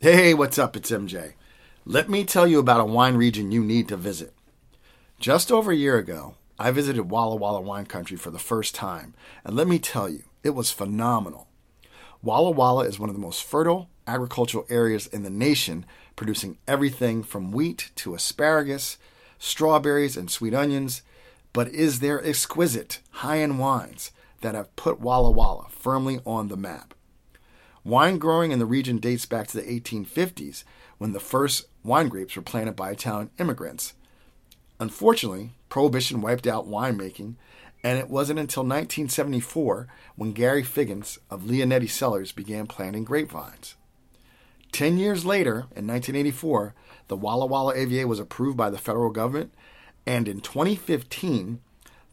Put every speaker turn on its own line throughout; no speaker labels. Hey, what's up? It's MJ. Let me tell you about a wine region you need to visit. Just over a year ago, I visited Walla Walla wine country for the first time, and let me tell you, it was phenomenal. Walla Walla is one of the most fertile agricultural areas in the nation, producing everything from wheat to asparagus, strawberries, and sweet onions. But is there exquisite high end wines that have put Walla Walla firmly on the map? Wine growing in the region dates back to the 1850s when the first wine grapes were planted by Italian immigrants. Unfortunately, Prohibition wiped out winemaking, and it wasn't until 1974 when Gary Figgins of Leonetti Cellars began planting grapevines. Ten years later, in 1984, the Walla Walla AVA was approved by the federal government, and in 2015,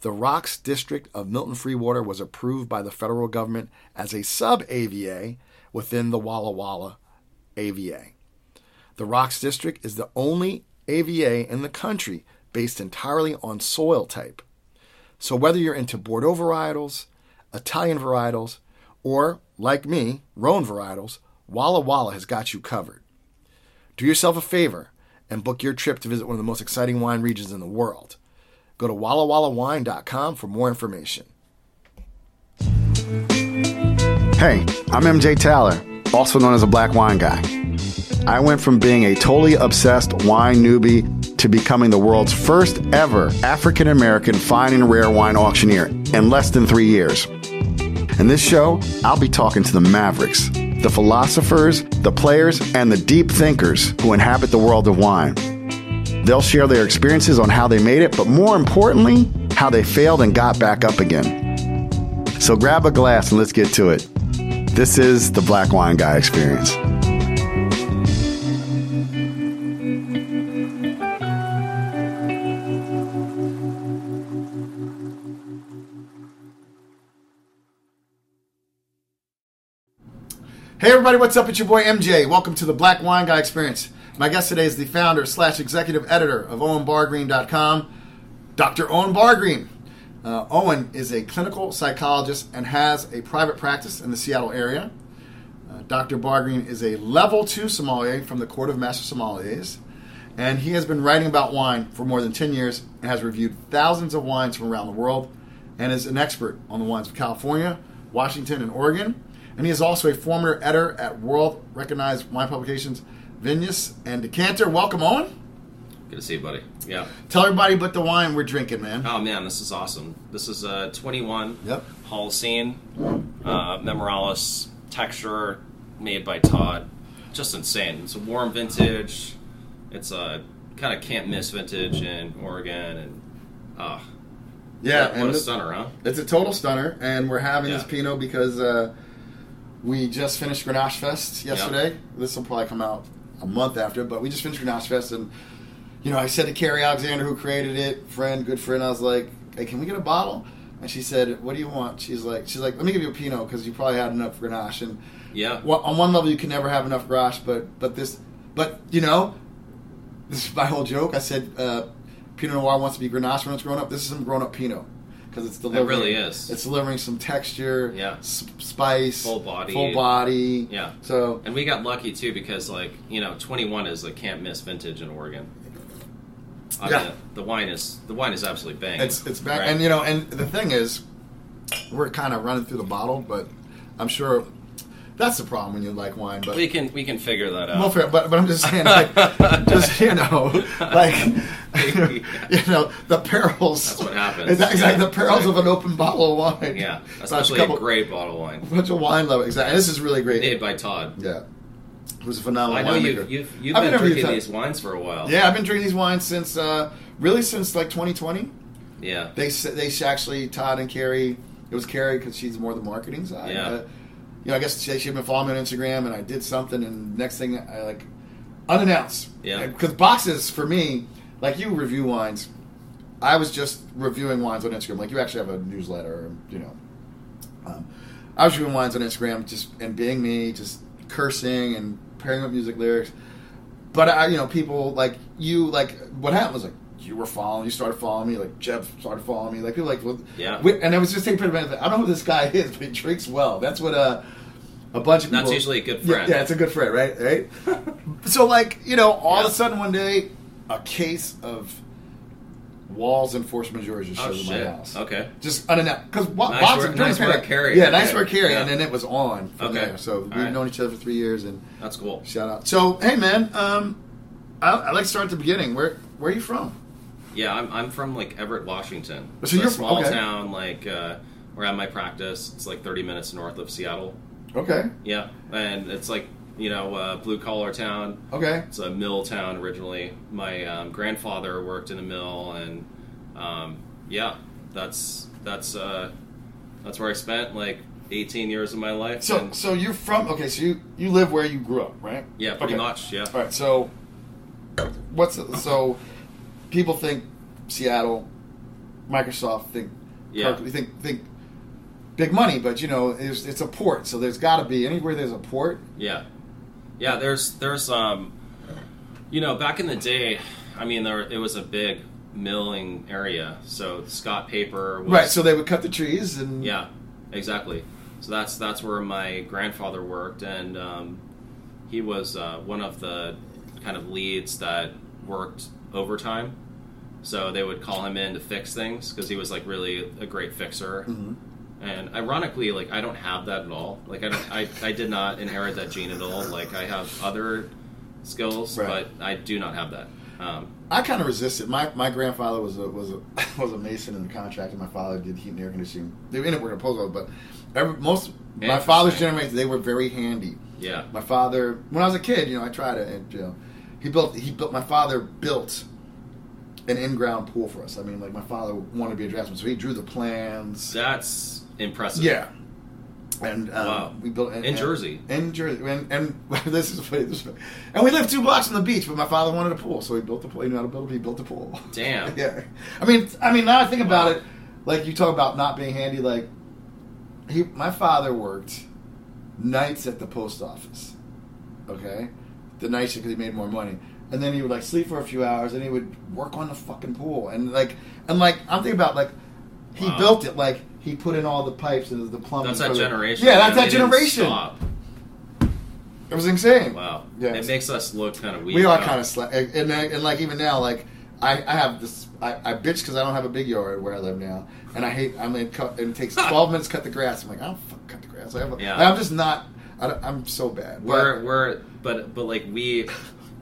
the Rocks District of Milton Freewater was approved by the federal government as a sub AVA within the Walla Walla AVA. The Rocks District is the only AVA in the country based entirely on soil type. So whether you're into Bordeaux varietals, Italian varietals, or like me, Rhone varietals, Walla Walla has got you covered. Do yourself a favor and book your trip to visit one of the most exciting wine regions in the world. Go to wallawallawine.com for more information. Hey, I'm MJ Tyler, also known as a black wine guy. I went from being a totally obsessed wine newbie to becoming the world's first ever African American fine and rare wine auctioneer in less than three years. In this show, I'll be talking to the mavericks, the philosophers, the players, and the deep thinkers who inhabit the world of wine. They'll share their experiences on how they made it, but more importantly, how they failed and got back up again. So grab a glass and let's get to it. This is the Black Wine Guy Experience. Hey everybody, what's up? It's your boy MJ. Welcome to the Black Wine Guy Experience. My guest today is the founder slash executive editor of OwenBargreen.com, Dr. Owen Bargreen. Uh, Owen is a clinical psychologist and has a private practice in the Seattle area. Uh, Dr. Bargreen is a level two sommelier from the Court of Master Sommeliers, and he has been writing about wine for more than 10 years and has reviewed thousands of wines from around the world and is an expert on the wines of California, Washington, and Oregon. And he is also a former editor at world recognized wine publications Vinus and Decanter. Welcome, Owen.
Good to see you, buddy. Yeah.
Tell everybody but the wine we're drinking, man.
Oh man, this is awesome. This is a 21
Yep.
Holocene uh, Memorales texture made by Todd. Just insane. It's a warm vintage. It's a kind of can't miss vintage in Oregon, and uh,
Yeah,
what,
and
what a
this-
stunner, huh?
It's a total stunner, and we're having this
Yeah.
Pinot because uh, we just finished Grenache Fest yesterday. This will probably come out a month after, but we just finished Grenache Fest, and you know, I said to Carrie Alexander, who created it, friend, good friend, I was like, "Hey, can we get a bottle?" And she said, "What do you want?" She's like, "She's like, let me give you a Pinot because you probably had enough Grenache." And
Yeah.
well, on one level, you can never have enough Grenache, but but this, but you know, this is my whole joke. I said uh, Pinot Noir wants to be Grenache when it's grown up. This is some grown up Pinot because it's delivering.
really is.
It's delivering some texture,
Yeah.
s- spice,
Full body.
full body.
Yeah.
So
And we got lucky too because, like, you know, 21 is a can't miss vintage in Oregon. I
Yeah.
mean, the wine is the wine is absolutely bang.
it's it's back,
Right?
and you know, and the thing is, we're kind of running through the bottle, but I'm sure that's the problem when you like wine. But
we can we can figure that out.
Well, fair, but but I'm just saying, like, just you know, like, you know, the perils.
That's what happens.
Exactly,
Yeah.
the perils of an open bottle of wine.
Yeah,
Bunch of
especially
couple-
a great bottle of wine
bunch of wine lovers. Exactly, this is really great.
made by Todd.
Yeah, who's a phenomenal.
I know
winemaker.
you've you've, you've
I've
been
never
drinking
used that-
these wines for a while.
Yeah, I've been drinking these wines since, uh, really, since like 2020.
yeah.
They s- they s- actually Todd and Carrie. It was Carrie because she's more the marketing side.
Yeah.
Uh, you know, I guess she she had been following me on Instagram, and I did something, and next thing I like unannounced.
Yeah.
Because boxes for me, like you review wines, I was just reviewing wines on Instagram. Like you actually have a newsletter, you know. Um, I was reviewing wines on Instagram, just and being me, just cursing and pairing up music lyrics. But I, you know, people like you, like what happened was like you were following, you started following me, like Jeff started following me, like people like well,
Yeah.
we- and I was just taking pretty much. I don't know who this guy is, but he drinks well. That's what uh, a bunch of
That's
people.
usually a good
Yeah,
friend.
Yeah, it's a good friend, right? Right. so like you know, all of a sudden one day, a case of walls and force majeure just showed
Oh
up at
shit.
my house.
Okay.
Just unannounced because wa-
Nice
lots
work-
of during
nice
the pandemic-
work carry.
Yeah, nice
Yeah.
work carry,
Yeah.
and then it was on. From
Okay.
There. So we've
All right.
known each other for three years, and
That's cool.
shout out. So hey, man, um, I, I like to start at the beginning. Where where are you from?
Yeah, I'm, I'm from like Everett, Washington.
So
It's
you're
a
from-
small
okay.
town like uh, where I have my practice. It's like 30 minutes north of Seattle.
Okay.
Yeah, and it's like you know uh, blue collar town.
Okay.
It's a mill town originally. My um, grandfather worked in a mill, and um, yeah, that's that's uh, that's where I spent like 18 years of my life.
So
and-
so you're from okay, so you you live where you grew up, right?
yeah, pretty
Okay.
much. Yeah.
All right. So what's so people think Seattle, Microsoft think
Yeah.
Berkeley, think think big money, but you know it's it's a port, so there's got to be anywhere there's a port.
Yeah, yeah. There's there's um, you know, back in the day, I mean, there it was a big milling area. So Scott Paper was
Right. So they would cut the trees and
yeah, exactly. So that's that's where my grandfather worked, and um, he was uh, one of the kind of leads that worked overtime. So they would call him in to fix things because he was like really a great fixer.
Mm-hmm.
And ironically, like I don't have that at all. Like I don't, I, I did not inherit that gene at all. Like I have other skills,
Right.
but I do not have that. Um,
I kind of resisted. My my grandfather was a was a was a mason and a contractor. My father did heat and air conditioning. They ended up working at Pozo, but every, most my father's
Interesting.
generation they were very handy.
yeah.
My father, when I was a kid, you know, I tried it. And, you know, he built. He built. My father built an in-ground pool for us. I mean, like my father wanted to be a draftsman, so he drew the plans.
That's impressive.
Yeah. And um,
Wow.
we built and,
In
and-
Jersey.
In Jersey, and, and this is funny. This is funny. And we lived two blocks from the beach, but my father wanted a pool, so he built the pool. He knew how to build it. He built the pool.
Damn.
yeah, I mean, I mean, now I think
Wow.
about it, like you talk about not being handy. Like he, my father worked nights at the post office. Okay, the night shift because he made more money. And then he would like sleep for a few hours, and he would work on the fucking pool. And like, and like, I'm thinking about like, he
Wow.
built it like he put in all the pipes and the plumbing.
That's
for
that
the-
generation.
Um, Yeah, that's
They
that
didn't
generation.
stop.
It was insane.
Wow.
Yeah.
It makes us look kind of weak.
we are
huh?
kind of slack, and, and, and like even now, like I, I have this, I, I bitch because I don't have a big yard where I live now, and I hate. I'm in cut, and it takes twelve minutes to cut the grass. I'm like, I don't fuck cut the grass. I have a,
Yeah.
like, I'm just not. I don't- I'm so bad.
We're
But-
we're but but like we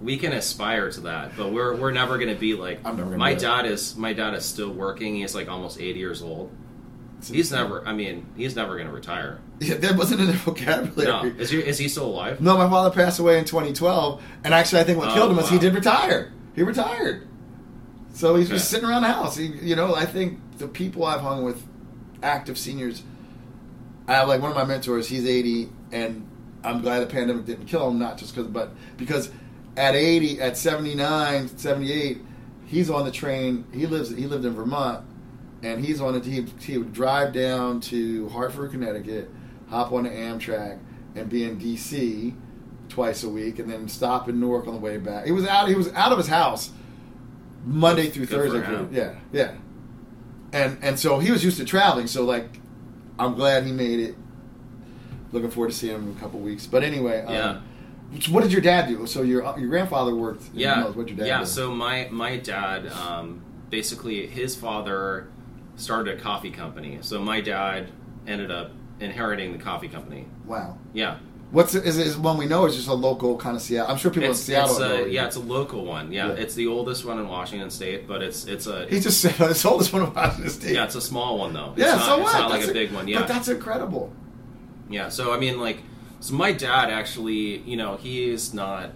we can aspire to that, but we're we're never gonna be like
I'm never gonna
my
be that.
dad is my dad is still working. He's like almost eighty years old.
it's-
He's never. I mean, he's never gonna retire.
Yeah, that wasn't in the vocabulary.
No, is he is he still alive?
No, my father passed away in 2012, and actually, I think what
Oh,
killed him was he
wow.
did retire. He retired, so he's just
Okay.
sitting around the house. He, you know, I think the people I've hung with, active seniors, I have like one of my mentors. He's 80, and I'm glad the pandemic didn't kill him, not just because, but because at 80, at 79, 78, he's on the train. He lives. He lived in Vermont, and he's on it. He, he would drive down to Hartford, Connecticut, hop on the Amtrak, and be in D.C. twice a week, and then stop in Newark on the way back. He was out. He was out of his house Monday through
Good for
Thursday.
him.
Yeah, yeah. And and so he was used to traveling. So like, I'm glad he made it. Looking forward to seeing him in a couple weeks. But anyway,
Yeah.
Um, so what did your dad do? So your uh, your grandfather worked. in
yeah,
mills. What your dad?
yeah.
did.
So my my dad, um, basically, his father started a coffee company. So my dad ended up inheriting the coffee company.
wow.
Yeah,
What's it, is, is one we know is just a local kind of Seattle. I'm sure people in Seattle.
It's
know
a,
it.
yeah, it's a local one. Yeah,
Yeah.
it's the oldest one in Washington State, but it's it's a
he just said it's the oldest one in Washington State.
yeah, it's a small one though. It's
Yeah,
not,
so
it's
what?
not like
That's
a big one. Yeah,
but that's incredible.
yeah. So I mean, like, so my dad actually, you know, he's not.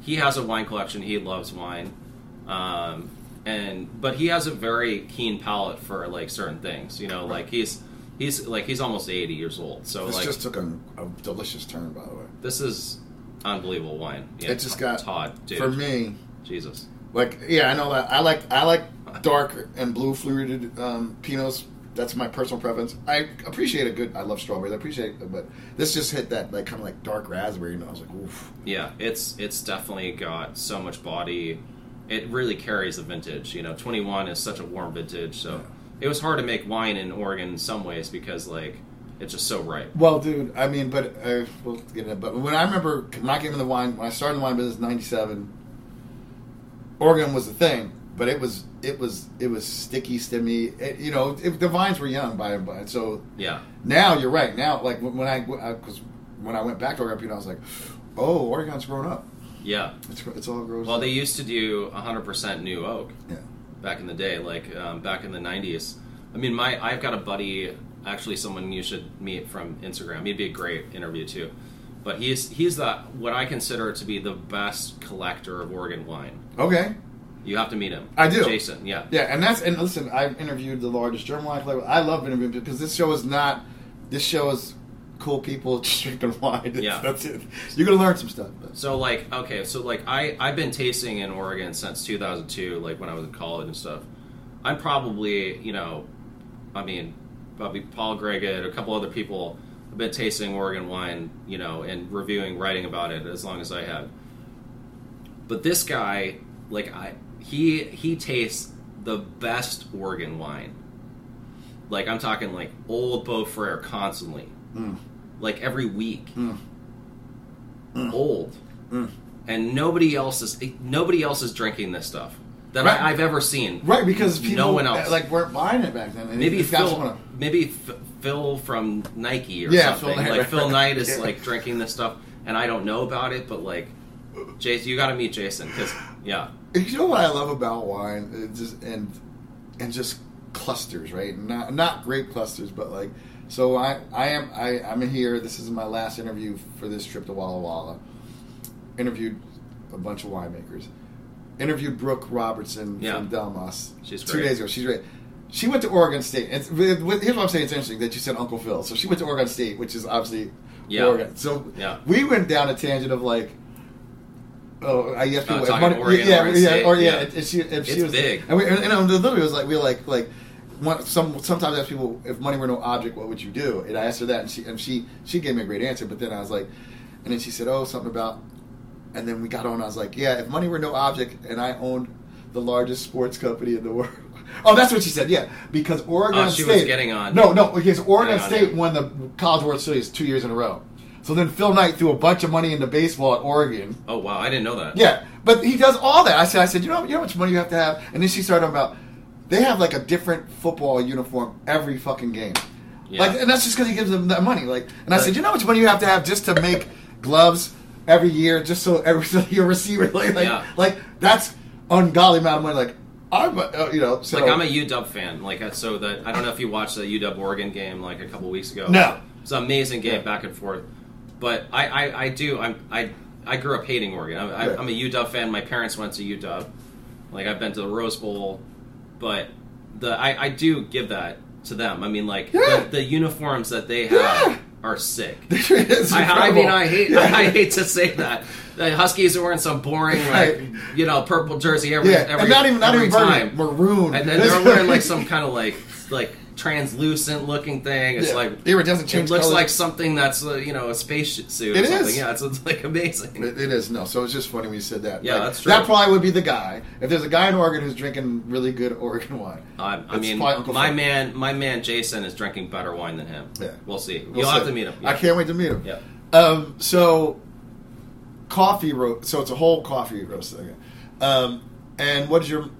He has a wine collection. He loves wine, um, and but he has a very keen palate for like certain things. You know, like he's he's like he's almost eighty years old. So
This
like
just took a, a delicious turn, by the way.
this is unbelievable wine. Yeah,
It just got-
Todd, dude,
For me,
Jesus.
Like yeah, I know that. I like I like dark and blue fluted um, pinots. That's my personal preference. I appreciate a good. I love strawberries. I appreciate, it, but this just hit that like kind of like dark raspberry. And I was like, oof.
Yeah, it's it's definitely got so much body. It really carries the vintage. You know, 21 is such a warm vintage, so
Yeah.
it was hard to make wine in Oregon in some ways because like It's just so ripe.
Well, dude, I mean, but uh, we'll get into it. But when I remember not getting into the wine, when I started the wine business in '97, Oregon was the thing. But it was it was it was sticky, stimmy. It, you know, if the vines were young by and by. So
Yeah.
now you're right. Now, like when when I because when I went back to Oregon, I was like, oh, Oregon's grown up.
Yeah.
It's it's all grows.
Well,
up.
they used to do 100% new oak
yeah.
back in the day, like um, back in the 90s. I mean, my I've got a buddy, actually, someone you should meet from Instagram. He'd be a great interview too. But he's he's the what I consider to be the best collector of Oregon wine.
Okay.
You have to meet him.
I do.
Jason. Yeah.
Yeah, and that's and listen, I've interviewed the largest germline collector. I love interviewing people because this show is not. This show is cool people just drinking wine.
Yeah.
that's it. You're gonna learn some stuff. but-
So like okay, so like I I've been tasting in Oregon since 2002, like when I was in college and stuff. I'm probably you know, I mean, probably Paul Greggett, a couple other people have been tasting Oregon wine, you know, and reviewing, writing about it as long as I have. But this guy, like I, he he tastes the best Oregon wine. Like I'm talking like old Beaufrere constantly,
Mm,
like every week,
mm,
old.
mm.
and nobody else is nobody else is drinking this stuff that
Right.
I, I've ever seen.
Right, because
No
people
one else.
like weren't buying it back then. and
Maybe
it's got
Phil,
someone-
maybe F- Phil from Nike or
Yeah, Phil
something.
Knight,
like
right,
Phil
right.
Knight is
Yeah.
like drinking this stuff, and I don't know about it, but like, Jason, you got to meet Jason because yeah,
You know what I love about wine, It's just, and and just clusters, right? Not not grape clusters, but like so. I I am I I'm here. This is my last interview for this trip to Walla Walla. Interviewed a bunch of winemakers. Interviewed Brooke Robertson
Yeah.
from Delmas
She's
two
great.
days ago. She's great. She went to Oregon State. It's, with- with- here's what I'm saying. It's interesting that you said Uncle Phil. So she went to Oregon State, which is obviously
Yeah.
Oregon. So
Yeah.
we went down a tangent of like, oh, I guess
Oh,
people
talking Oregon,
yeah,
Oregon
yeah,
State,
or yeah,
yeah.
and- and she, and she
It's
was
big.
and we, and, and literally it was like we were like like one, some sometimes I ask people if money were no object, what would you do? And I asked her that, and she and she she gave me a great answer. But then I was like, and then she said, oh, something about, and then we got on. I was like, yeah, if money were no object, and I owned the largest sports company in the world. Oh, that's what she said. Yeah, because Oregon
Oh, she
State
was getting on.
No, no, because Oregon
Getting on
State
it.
won the College World Series two years in a row. So then Phil Knight threw a bunch of money into baseball at Oregon.
oh wow, I didn't know that.
Yeah, but he does all that. I said, I said, you know, you know how much money you have to have. And then she started talking about they have like a different football uniform every fucking game.
Yeah.
Like, and that's just because he gives them that money. Like, and I
Right.
said, you know how much money you have to have just to make gloves every year, just so every so your receiver like, like,
Yeah.
like, that's ungodly amount of money. Like, I'm, a- uh, you know, so
Like I'm a UW fan, like I- so that I don't know if you watched the UW Oregon game like a couple weeks ago.
No.
it's an amazing game
Yeah.
back and forth. But I, I, I do I'm I I grew up hating Oregon. I, I,
Yeah.
I'm a UW fan. My parents went to UW. Like I've been to the Rose Bowl, but the I, I do give that to them. I mean, like
Yeah.
the, the uniforms that they have
Yeah.
are sick.
It's
I, I mean,
incredible.
I hate
Yeah.
I hate to say that. The Huskies are wearing some boring, like
Right.
you know, purple jersey every
yeah,
every
and not even not
every
even
time.
burning, maroon,
And then
That's-
they're wearing like some kind of like like translucent looking thing. It's
Yeah.
like
They were- doesn't change
It looks
colors.
like something that's uh, you know a space suit. Or
It is.
something. Yeah, it's, it's like amazing.
It, it is no. So it's just funny when you said that.
Yeah,
Like,
that's true.
That probably would be the guy. If there's a guy in Oregon who's drinking really good Oregon wine,
I, I
it's
mean,
probably Uncle
my
Phil.
man, my man Jason is drinking better wine than him.
Yeah.
we'll see.
We'll
You'll have
see.
to meet him.
I
Yeah.
can't wait to meet him.
Yeah.
Um, so coffee roast. So it's a whole coffee roast. Okay. Um, and what did your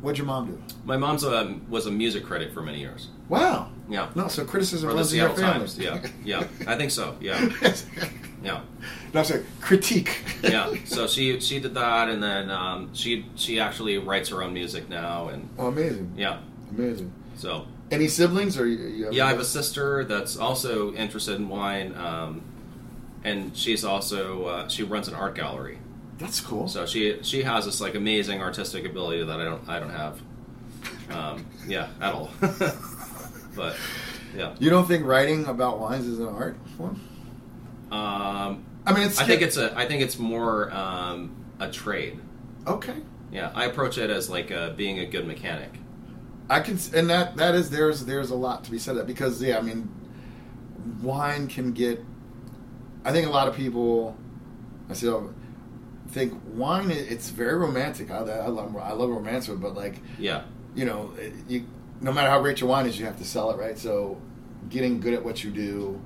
what did your mom do?
My mom's a, was a music critic for many years.
Wow.
Yeah,
No. So criticism
for the
runs in your family.
Seattle Times. Yeah, yeah, I think so. Yeah, yeah.
no, I'm sorry. Critique.
yeah. So she she did that, and then um, she she actually writes her own music now, and
oh, amazing.
yeah.
Amazing.
So
Any siblings or you, you have
yeah, I have a sister that's also interested in wine, um, and she's also uh, she runs an art gallery.
That's cool.
So she she has this like amazing artistic ability that I don't I don't have. Um, yeah, at all. but yeah,
You don't think writing about wines is an art form?
um,
I mean, it's
I think it's a I think it's more um, a trade.
okay.
Yeah, I approach it as like uh, being a good mechanic.
I can, s- and that that is there's there's a lot to be said that because yeah, I mean, wine can get. I think a lot of people, myself, think wine. i- It's very romantic. I, I love I love romance, but like
Yeah.
you know, it- you no matter how great your wine is, you have to sell it right. So getting good at what you do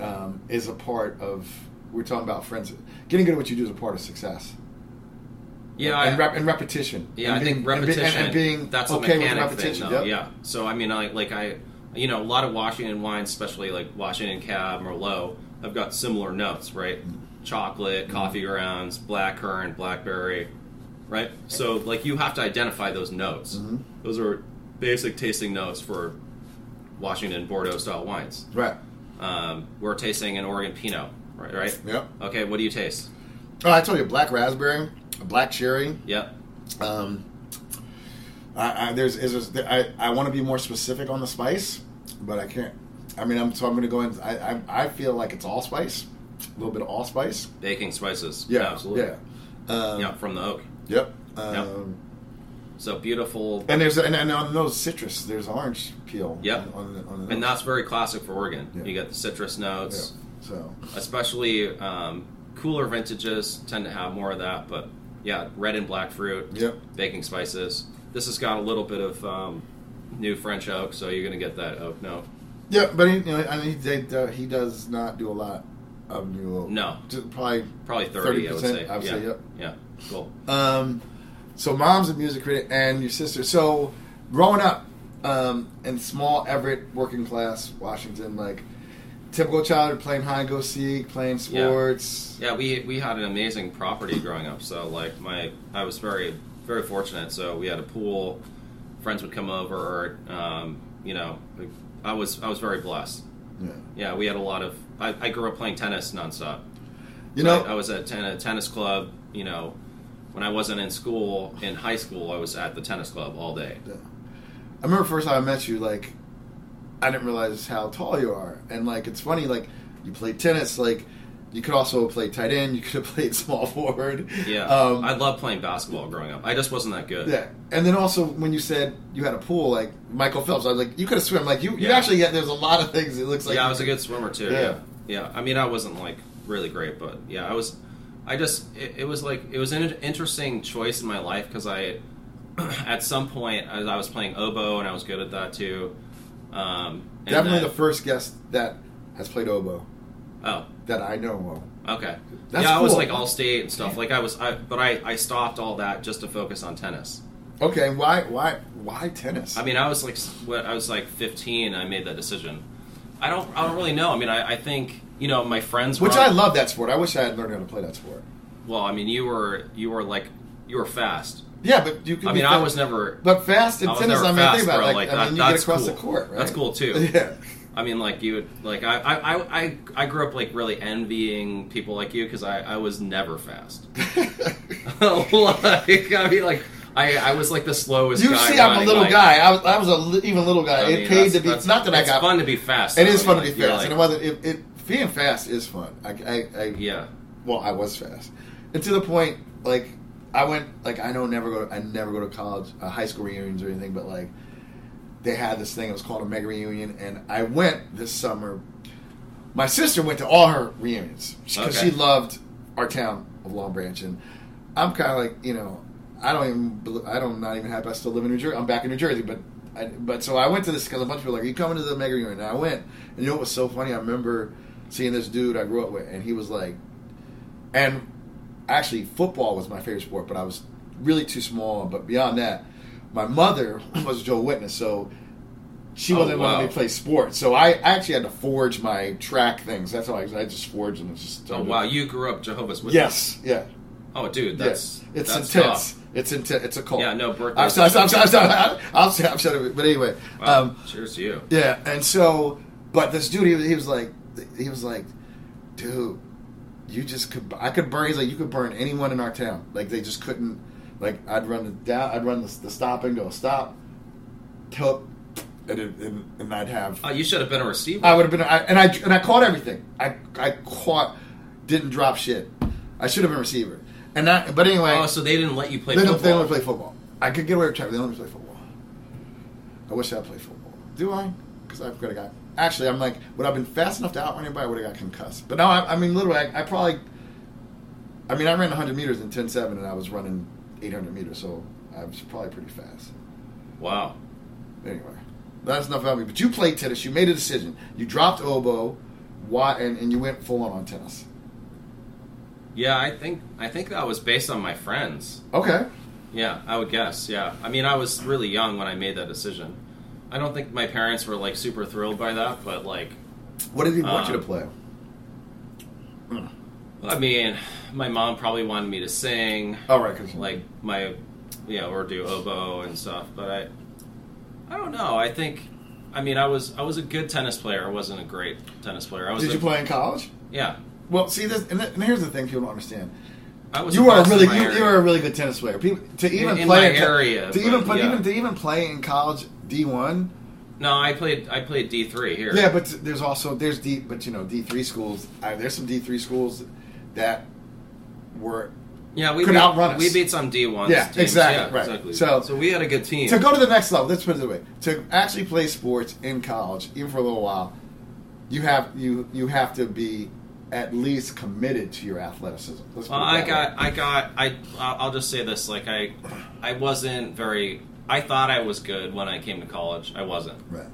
um, is a part of. We're talking about friends. Getting good at what you do is a part of success.
Yeah,
and,
I,
rep, and repetition.
yeah,
and
I think
being- and be-
repetition.
and, and being
that's
okay
a
with
mechanic
repetition.
thing, though.
yep.
Yeah. So I mean, I like I, you know, a lot of Washington wines, especially like Washington Cab, Merlot, have got similar notes, right? Chocolate, coffee
Mm-hmm.
grounds, black currant, blackberry, right? So like you have to identify those notes.
Mm-hmm.
Those are basic tasting notes for Washington Bordeaux style wines.
Right.
Um, we're tasting an Oregon Pinot, right? Right.
Yep.
Okay. What do you taste?
Oh, I told you, black raspberry, black cherry.
Yep.
Um, I, I there's is there's, I I want to be more specific on the spice, but I can't. I mean, I'm so I'm going to go in. I, I I feel like it's allspice, a little bit of allspice.
Baking spices.
Yeah,
Absolutely.
Yeah. Um,
Yeah. From the oak.
Yep.
Yep.
Um,
So beautiful.
And there's and, and on those citrus, there's orange peel.
Yep.
On, the- on the-
And that's very classic for Oregon.
Yeah.
You get the citrus
Yeah.
notes,
So
especially um, cooler vintages tend to have more of that. But yeah, red and black fruit,
Yep.
baking spices. This has got a little bit of um, new French oak, so you're going to get that oak note.
yeah, but he, you know, I mean, they, uh, he does not do a lot of new oak.
No.
Just probably.
Probably 30, I would
30%,
say.
I would
yeah.
say, yep.
Yeah, cool.
Um, so mom's a music critic, and your sister. So growing up um, in small Everett, working class Washington, like typical childhood, playing hide and go seek, playing
Yeah.
sports.
Yeah, we we had an amazing property growing up. So like my, I was very very fortunate. So we had a pool. Friends would come over. Or, um, you know, I was I was very blessed.
Yeah.
Yeah, we had a lot of. I, I grew up playing tennis nonstop.
You
So
know.
I, I was at ten, a tennis club. You know, when I wasn't in school in high school, I was at the tennis club all day.
Yeah. I remember first time I met you, like, I didn't realize how tall you are. And, like, it's funny, like, you played tennis, like, you could also play tight end, you could have played small forward.
Yeah,
Um,
I loved playing basketball growing up. I just wasn't that good.
yeah. And then also, when you said you had a pool, like, Michael Phelps, I was like, you could have swim. Like, you, you
Yeah.
actually, yeah, there's a lot of things it looks like.
yeah, I was a good swimmer too.
Yeah.
Yeah. yeah, I mean, I wasn't like really great, but yeah, I was. I just it, it was like it was an interesting choice in my life because I, at some point, I, I was playing oboe and I was good at that too. Um, and
Definitely
then-
the first guest that has played oboe
oh
that I know
Okay.
That's
yeah, I was
cool.
like all state and stuff. Like I was, I, but I, I stopped all that just to focus on tennis.
of. Okay, why, why, why tennis?
I mean, I was like, s- what I was like 15. I made that decision. I don't, I don't really know. I mean, I, I think you know my friends.
Which
were,
I love that sport. I wish I had learned how to play that sport.
Well, I mean, you were, you were like, you were fast.
Yeah, but you could
I
be
mean, I
fit-
was never.
But fast in
I was
tennis,
never
I mean,
fast,
think about it.
bro.
Like,
Like,
I
that-
mean, you get
that's
across
cool.
the court. Right?
That's cool, too.
Yeah,
I mean, like you would, like I, I, I, I, I grew up like really envying people like you because I, I was never fast. like, I mean, like I, I was like the slowest.
you
guy
see, I'm a
running,
little
like,
guy. I was, I was a li- even little guy.
I mean,
it paid
that's-
to be.
that's-
Not that I
it's
got.
fun to be fast.
It
though.
is fun to be
Like,
fast,
you're
and it
like-
wasn't. It, it being fast is fun. I, I, I
yeah,
Well, I was fast, and to the point, like I went, like I don't never go. To, I never go to college, uh, high school reunions or anything. But like, they had this thing. It was called a mega reunion, and I went this summer. My sister went to all her reunions because
Okay.
she loved our town of Long Branch, and I'm kind of like, you know, I don't even, bel- I don't, not even happy I still live in New Jersey. I'm back in New Jersey, but, I, but so I went to this because a bunch of people were like, "Are you coming to the mega reunion?" And I went, and you know what was so funny? I remember seeing this dude I grew up with, and he was like, and actually football was my favorite sport, but I was really too small. But beyond that, my mother was a Joe Witness, so she
Oh,
wasn't letting
wow.
me play sports. So I actually had to forge my track things. That's how I, I just forged them. It's Just
oh wow, you grew up Jehovah's Witness.
Mm-hmm. Yes, yeah.
Oh dude, that's
Yes, it's
that's
intense.
tough.
It's intense. It's a cult.
Yeah, no, birthday-
I'm sorry. I'm sorry. I'm sorry. I'm sorry. I'm sorry. But anyway,
Wow.
um,
Cheers to you.
yeah, and so, but this dude, he was, he was like, he was like, dude, you just could, I could burn. He's like, you could burn anyone in our town. Like they just couldn't. Like I'd run the down, I'd run the, the stop and go stop, tilt, and it- and, and I'd have.
Oh, you should have been a receiver.
I would have been, I, and I and I caught everything. I I caught, didn't drop shit. I should have been receiver. And I, but anyway,
oh, so they didn't let you play
they don't,
football.
they don't play football. I could get away with track. They don't play football. I wish I played football. Do I? Because I've got a guy. Actually, I'm like, would I've been fast enough to outrun anybody? I would have got concussed. But now, I, I mean, literally, I, I probably. I mean, I ran 100 meters in 10.7 and I was running 800 meters, so I was probably pretty fast.
Wow.
Anyway, That's enough about me. But you played tennis. You made a decision. You dropped oboe. Why? And, and you went full on on tennis.
Yeah, I think I think that was based on my friends.
Okay.
Yeah, I would guess. Yeah, I mean, I was really young when I made that decision. I don't think my parents were like super thrilled by that, but like,
What did he want you
Um,
to play? Hmm.
I mean, my mom probably wanted me to sing,
All right, because
like my, you know, or do oboe and stuff. But I, I don't know. I think, I mean, I was I was a good tennis player. I wasn't a great tennis player. I was.
did
a-
you play in college?
Yeah,
Well, see this, and, th- and here's the thing people don't understand.
I was.
You
the
were a
best in
really
my
you,
area.
you were a really good tennis player. People, to even
in
play
my
in co-
area,
to even
but
but
yeah.
even to even play in college D one.
No, I played. I played D three here.
Yeah, but there's also there's D, but you know D three schools. Uh, there's some D three schools that were
Yeah, we
Could
beat,
outrun us.
We beat some D ones.
Yeah,
teams.
exactly,
Yeah,
right.
Exactly.
So-
So, we had a good team.
to go to the next level. Let's put it this way: to actually play sports in college, even for a little while, you have you you have to be at least committed to your athleticism. Let's put
Well,
it
I
that
got,
way.
I got, I. I'll just say this: like I, I wasn't very. I thought I was good when I came to college. I wasn't.
right.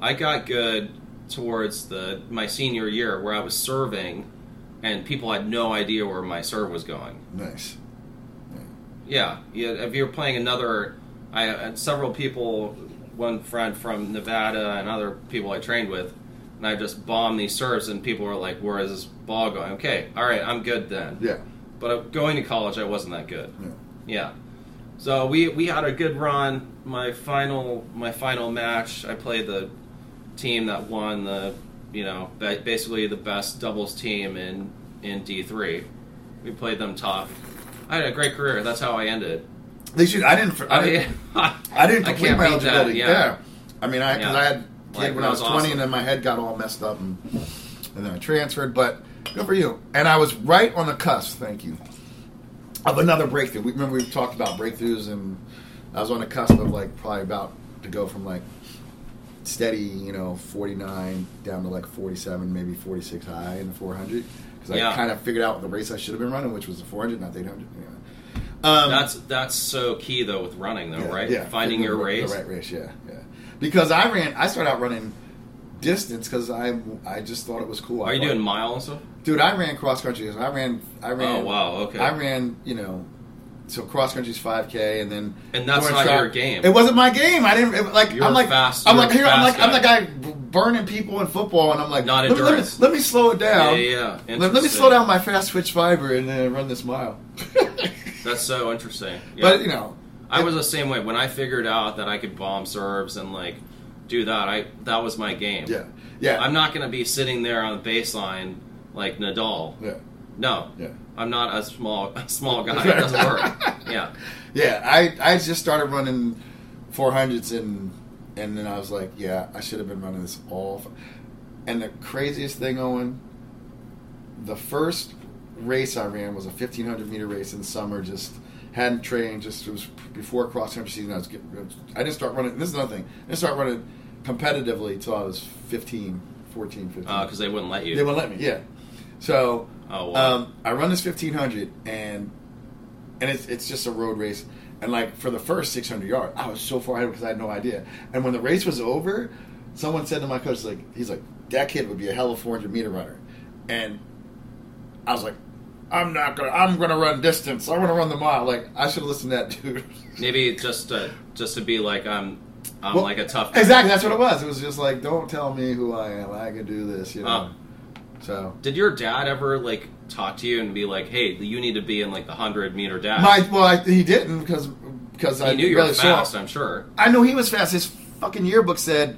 I got good towards the my senior year where I was serving, and people had no idea where my serve was going.
Nice.
Yeah, yeah. If you're playing another, I had several people, one friend from Nevada and other people I trained with, and I just bombed these serves, and people were like, "Where is this ball going?" Okay, all right, I'm good then.
Yeah.
But uh, going to college, I wasn't that good.
yeah.
Yeah. So we we had a good run. My final my final match, I played the team that won the you know ba- basically the best doubles team in in D three. We played them tough. I had a great career. That's how I ended.
At least you, I didn't. I
I
didn't,
mean,
I didn't
I
complete
can't
my
beat that,
eligibility.
yeah.
yeah. I mean, I because
Yeah.
I had kid
Like,
when
that
I was
was
twenty,
awesome.
and then my head got all messed up, and, and then I transferred. But good for you. And I was right on the cusp. Thank you. Of another breakthrough. We remember we talked about breakthroughs, and I was on the cusp of like probably about to go from like steady, you know, forty nine down to like forty seven, maybe forty six high in the four hundred. Because I
Yeah.
kind of figured out the race I should have been running, which was the four hundred, not the eight hundred. Um,
that's that's so key though with running though,
yeah,
right?
Yeah,
Finding
the-
your
the-
race.
The right race, yeah, yeah. Because I ran, I started out running distance because I I just thought it was cool. I
Are you
thought-
doing miles? and stuff?
dude? I ran cross country. I ran, I ran.
Oh wow, okay.
I ran, you know. So cross country's five k, and then
And that's
during
not your game.
It wasn't my game. I didn't it, like.
You're
I'm like
fast-
I'm
you're
like
a
here. I'm like
fast
I'm the guy burning people in football, and I'm like
Not
let me, let, me,
endurance.
let me slow it
yeah,
down.
yeah. yeah.
Let, let me
Interesting.
slow down my fast twitch fiber and then run this mile.
That's so interesting. Yeah.
But you know,
I was the same way when I figured out that I could bomb serves and like do that. I that was my game.
yeah, yeah,
I'm not gonna be sitting there on the baseline like Nadal.
yeah,
No,
yeah.
I'm not a small a small guy. It doesn't work. Yeah,
Yeah, I, I just started running 400s and and then I was like, yeah, I should have been running this all. f- And the craziest thing, Owen, the first race I ran was a 1500 meter race in summer. Just hadn't trained. Just it was before cross country season. I was getting, I didn't start running. This is another thing. I didn't start running competitively until I was 15, 14, 15.
because Uh, they wouldn't let you.
They won't let me. Yeah. So
Oh, wow.
um, I run this fifteen hundred and and it's it's just a road race. And like for the first six hundred yard, I was so far ahead because I had no idea. And when the race was over, someone said to my coach, like he's like, that kid would be a hell of a four hundred meter runner. And I was like, I'm not gonna I'm gonna run distance. I'm gonna run the mile. Like I should have listened to that dude.
Maybe just to, just to be like I'm I'm
Well,
like a tough. Guy.
exactly, that's what it was. It was just like, don't tell me who I am. I can do this, you know.
Uh.
so
Did your dad ever like talk to you and be like, "Hey, you need to be in like the hundred meter dash"?
My well, I, he didn't because because
Uh, he
I
knew you
really
were
saw.
fast. I'm sure
I know he was fast. His fucking yearbook said,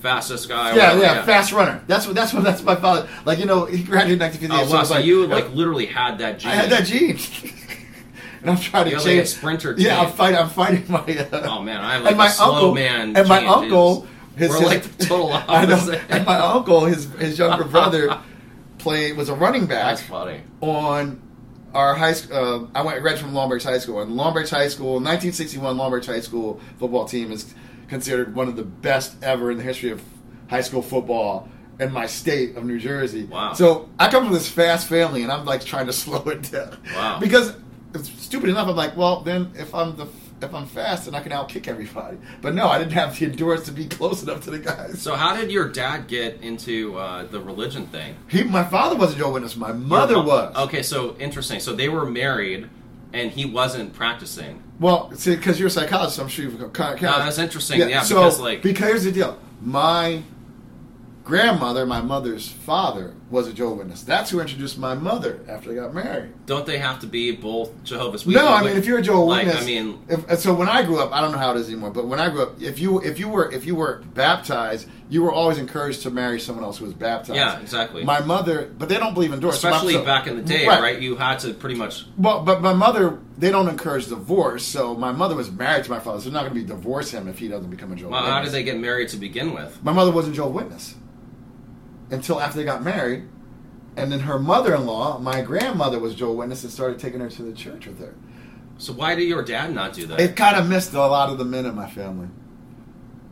fastest guy. or
"Yeah,
whatever,
yeah, fast runner." That's what that's what that's my father. Like you know, he graduated in 1958.
Oh,
so
wow.
it's
So
like,
you like literally had that gene.
I had that gene, and I'm trying to
You're like
change
a sprinter
Yeah,
gene.
I'm fighting. I'm fighting my. Uh,
Oh man, I'm
and
like
my
a slow
uncle
man.
and my
gene,
uncle.
dude.
His,
We're
his-
like the total
I know.
opposite.
And my uncle, his his younger brother, played was a running back.
That's funny.
on our high school. Uh, I went I graduated from Longberg High School, and Longberg High School, 1961 Longberg High School football team is considered one of the best ever in the history of high school football in my state of New Jersey.
Wow.
So I come from this fast family, and I'm like trying to slow it down.
Wow.
Because it's stupid enough, I'm like, well, then if I'm the f- if I'm fast, then I can outkick everybody. But no, I didn't have the endurance to be close enough to the guys.
So how did your dad get into uh, the religion thing?
He, my father wasn't Jehovah's Witness. My mother was.
Okay, so interesting. So they were married, and he wasn't practicing.
Well, see, because you're a psychologist, I'm sure you've kind of.
No, that's interesting, yeah, because, like-
because here's the deal. My grandmother, my mother's father, was a Jehovah's Witness. That's who introduced my mother after they got married.
Don't they have to be both Jehovah's
No,
Witnesses?
I mean if you're a Jehovah's
like,
Witness,
I mean,
if, and so when I grew up, I don't know how it is anymore. But when I grew up, if you if you were if you were baptized, you were always encouraged to marry someone else who was baptized.
Yeah, exactly.
My mother, but they don't believe in divorce, So my-
especially
so-
back in the day, right. You had to pretty much.
Well, but my mother, they don't encourage divorce. So my mother was married to my father. So they're not going to be divorce him if he doesn't become a Jehovah's
Well, how
Witness.
did they get married to begin with?
My mother wasn't Jehovah's Witness until after they got married, and then her mother-in-law, my grandmother, was Jehovah's Witness and started taking her to the church with her.
So why did your dad not do that?
It kind of missed a lot of the men in my family.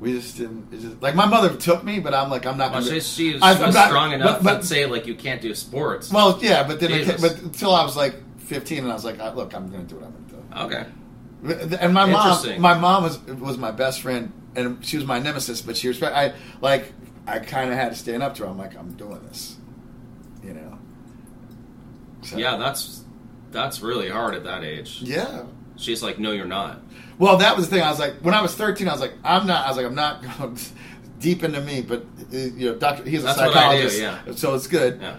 We just didn't. It's just, like my mother took me, but I'm like I'm not.
well,
Gonna,
she, she was
I- I'm not-
strong enough
But,
to
but,
say like you can't do sports.
well, yeah, but then it, ca-
Jesus.
but until I was like 15, and I was like, I, look, I'm going to do what I'm going to do.
okay.
And my mom,
Interesting.
my mom was was my best friend, and she was my nemesis. But she respect. I like. I kind of had to stand up to her. I'm like, I'm doing this, you know. So-
Yeah, that's that's really hard at that age.
Yeah.
She's like, no, you're not.
Well, that was the thing. I was like, when I was 13, I was like, I'm not. I was like, I'm not going deep into me, but uh, you know, doctor, he's a
That's what I do,
psychologist,
yeah.
so it's good.
Yeah.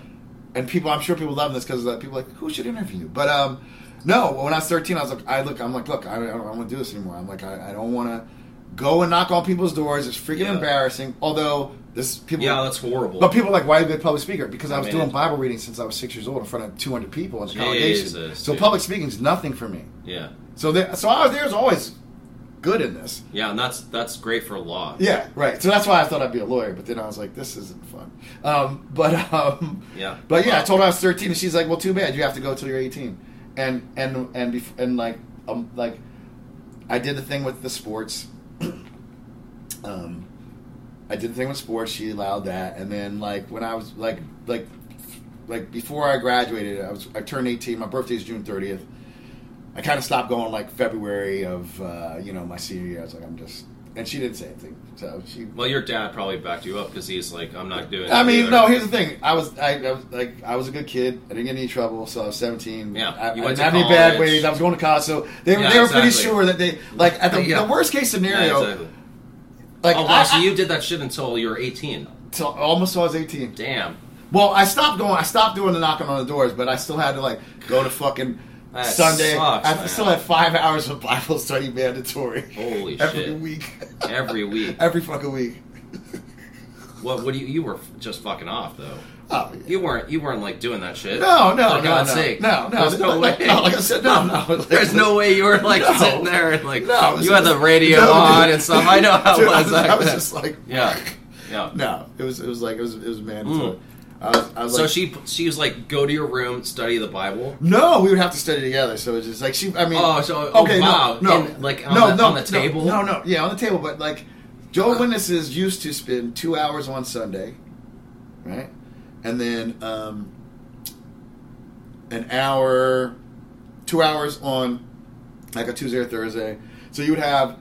and people I'm sure people love this because people are like who should interview you but um no when I was 13 I was like I look I'm like look I don't, I don't want to do this anymore I'm like I, I don't want to go and knock on people's doors it's freaking
Yeah.
embarrassing although this people
Yeah, that's horrible.
but people are like why are you a good public speaker because I was
mean-
doing Bible reading since I was six years old in front of 200 people in the congregation
Jesus,
so
dude.
public speaking's nothing for me
yeah.
so there, so I was there's always good in this
Yeah, and that's that's great for law.
yeah, right. So that's why I thought I'd be a lawyer, but then I was like, this isn't fun. Um, but um,
Yeah.
but yeah, I told her I was 13, and she's like, well, too bad, you have to go till you're 18, and and and bef- and like um like, I did the thing with the sports. um, I did the thing with sports. She allowed that, and then like when I was like like like before I graduated, I was I turned 18. My birthday is June 30th. I kind of stopped going like February of uh, you know my senior year. I was like, I'm just, and she didn't say anything. So she.
Well, your dad probably backed you up because he's like, I'm not doing.
I
it
mean,
either.
no. Here's the thing. I was, I, I was like, I was a good kid. I didn't get in any trouble. So I was 17.
Yeah,
I,
you
I didn't
went to
have any bad
college.
ways. I was going to college, so they, were
Yeah,
they were pretty
exactly.
sure that they like at the,
Yeah.
the worst case
Yeah,
scenario.
exactly.
Like I-
oh wow, so
I-
you did that shit until you were 18.
till- almost till I was 18.
Damn.
Well, I stopped going. I stopped doing the knocking on the doors, but I still had to like go to fucking
That
Sunday.
sucks,
I
man.
still had five hours of Bible study mandatory.
Holy
every
shit.
week,
Every week.
every fucking week.
What? What do you? You were just fucking off though.
Oh, yeah.
You weren't. You weren't like doing that shit.
no, no,
For
no,
God's
no,
sake.
no, no,
There's no
like,
way.
no, like I said, no, no, like-
There's no way you were like
No.
sitting there and like
No,
you had the radio
no, dude.
on and stuff. I know how
Dude,
it
I
was.
was,
back
I was
then.
just like,
yeah, yeah.
no, it was, it was like, it was, it was mandatory. I was, I was
Hmm. so
like,
she she was like, go to your room, study the Bible.
No, we would have to study together. So it's just like she. I mean,
Oh, so- oh, wow. In- like, on the- on the table?
No, no, yeah, on the table. But like, Joe Witnesses used to spend two hours on Sunday, right, and then um, an hour, two hours on like a Tuesday or Thursday. So you would have.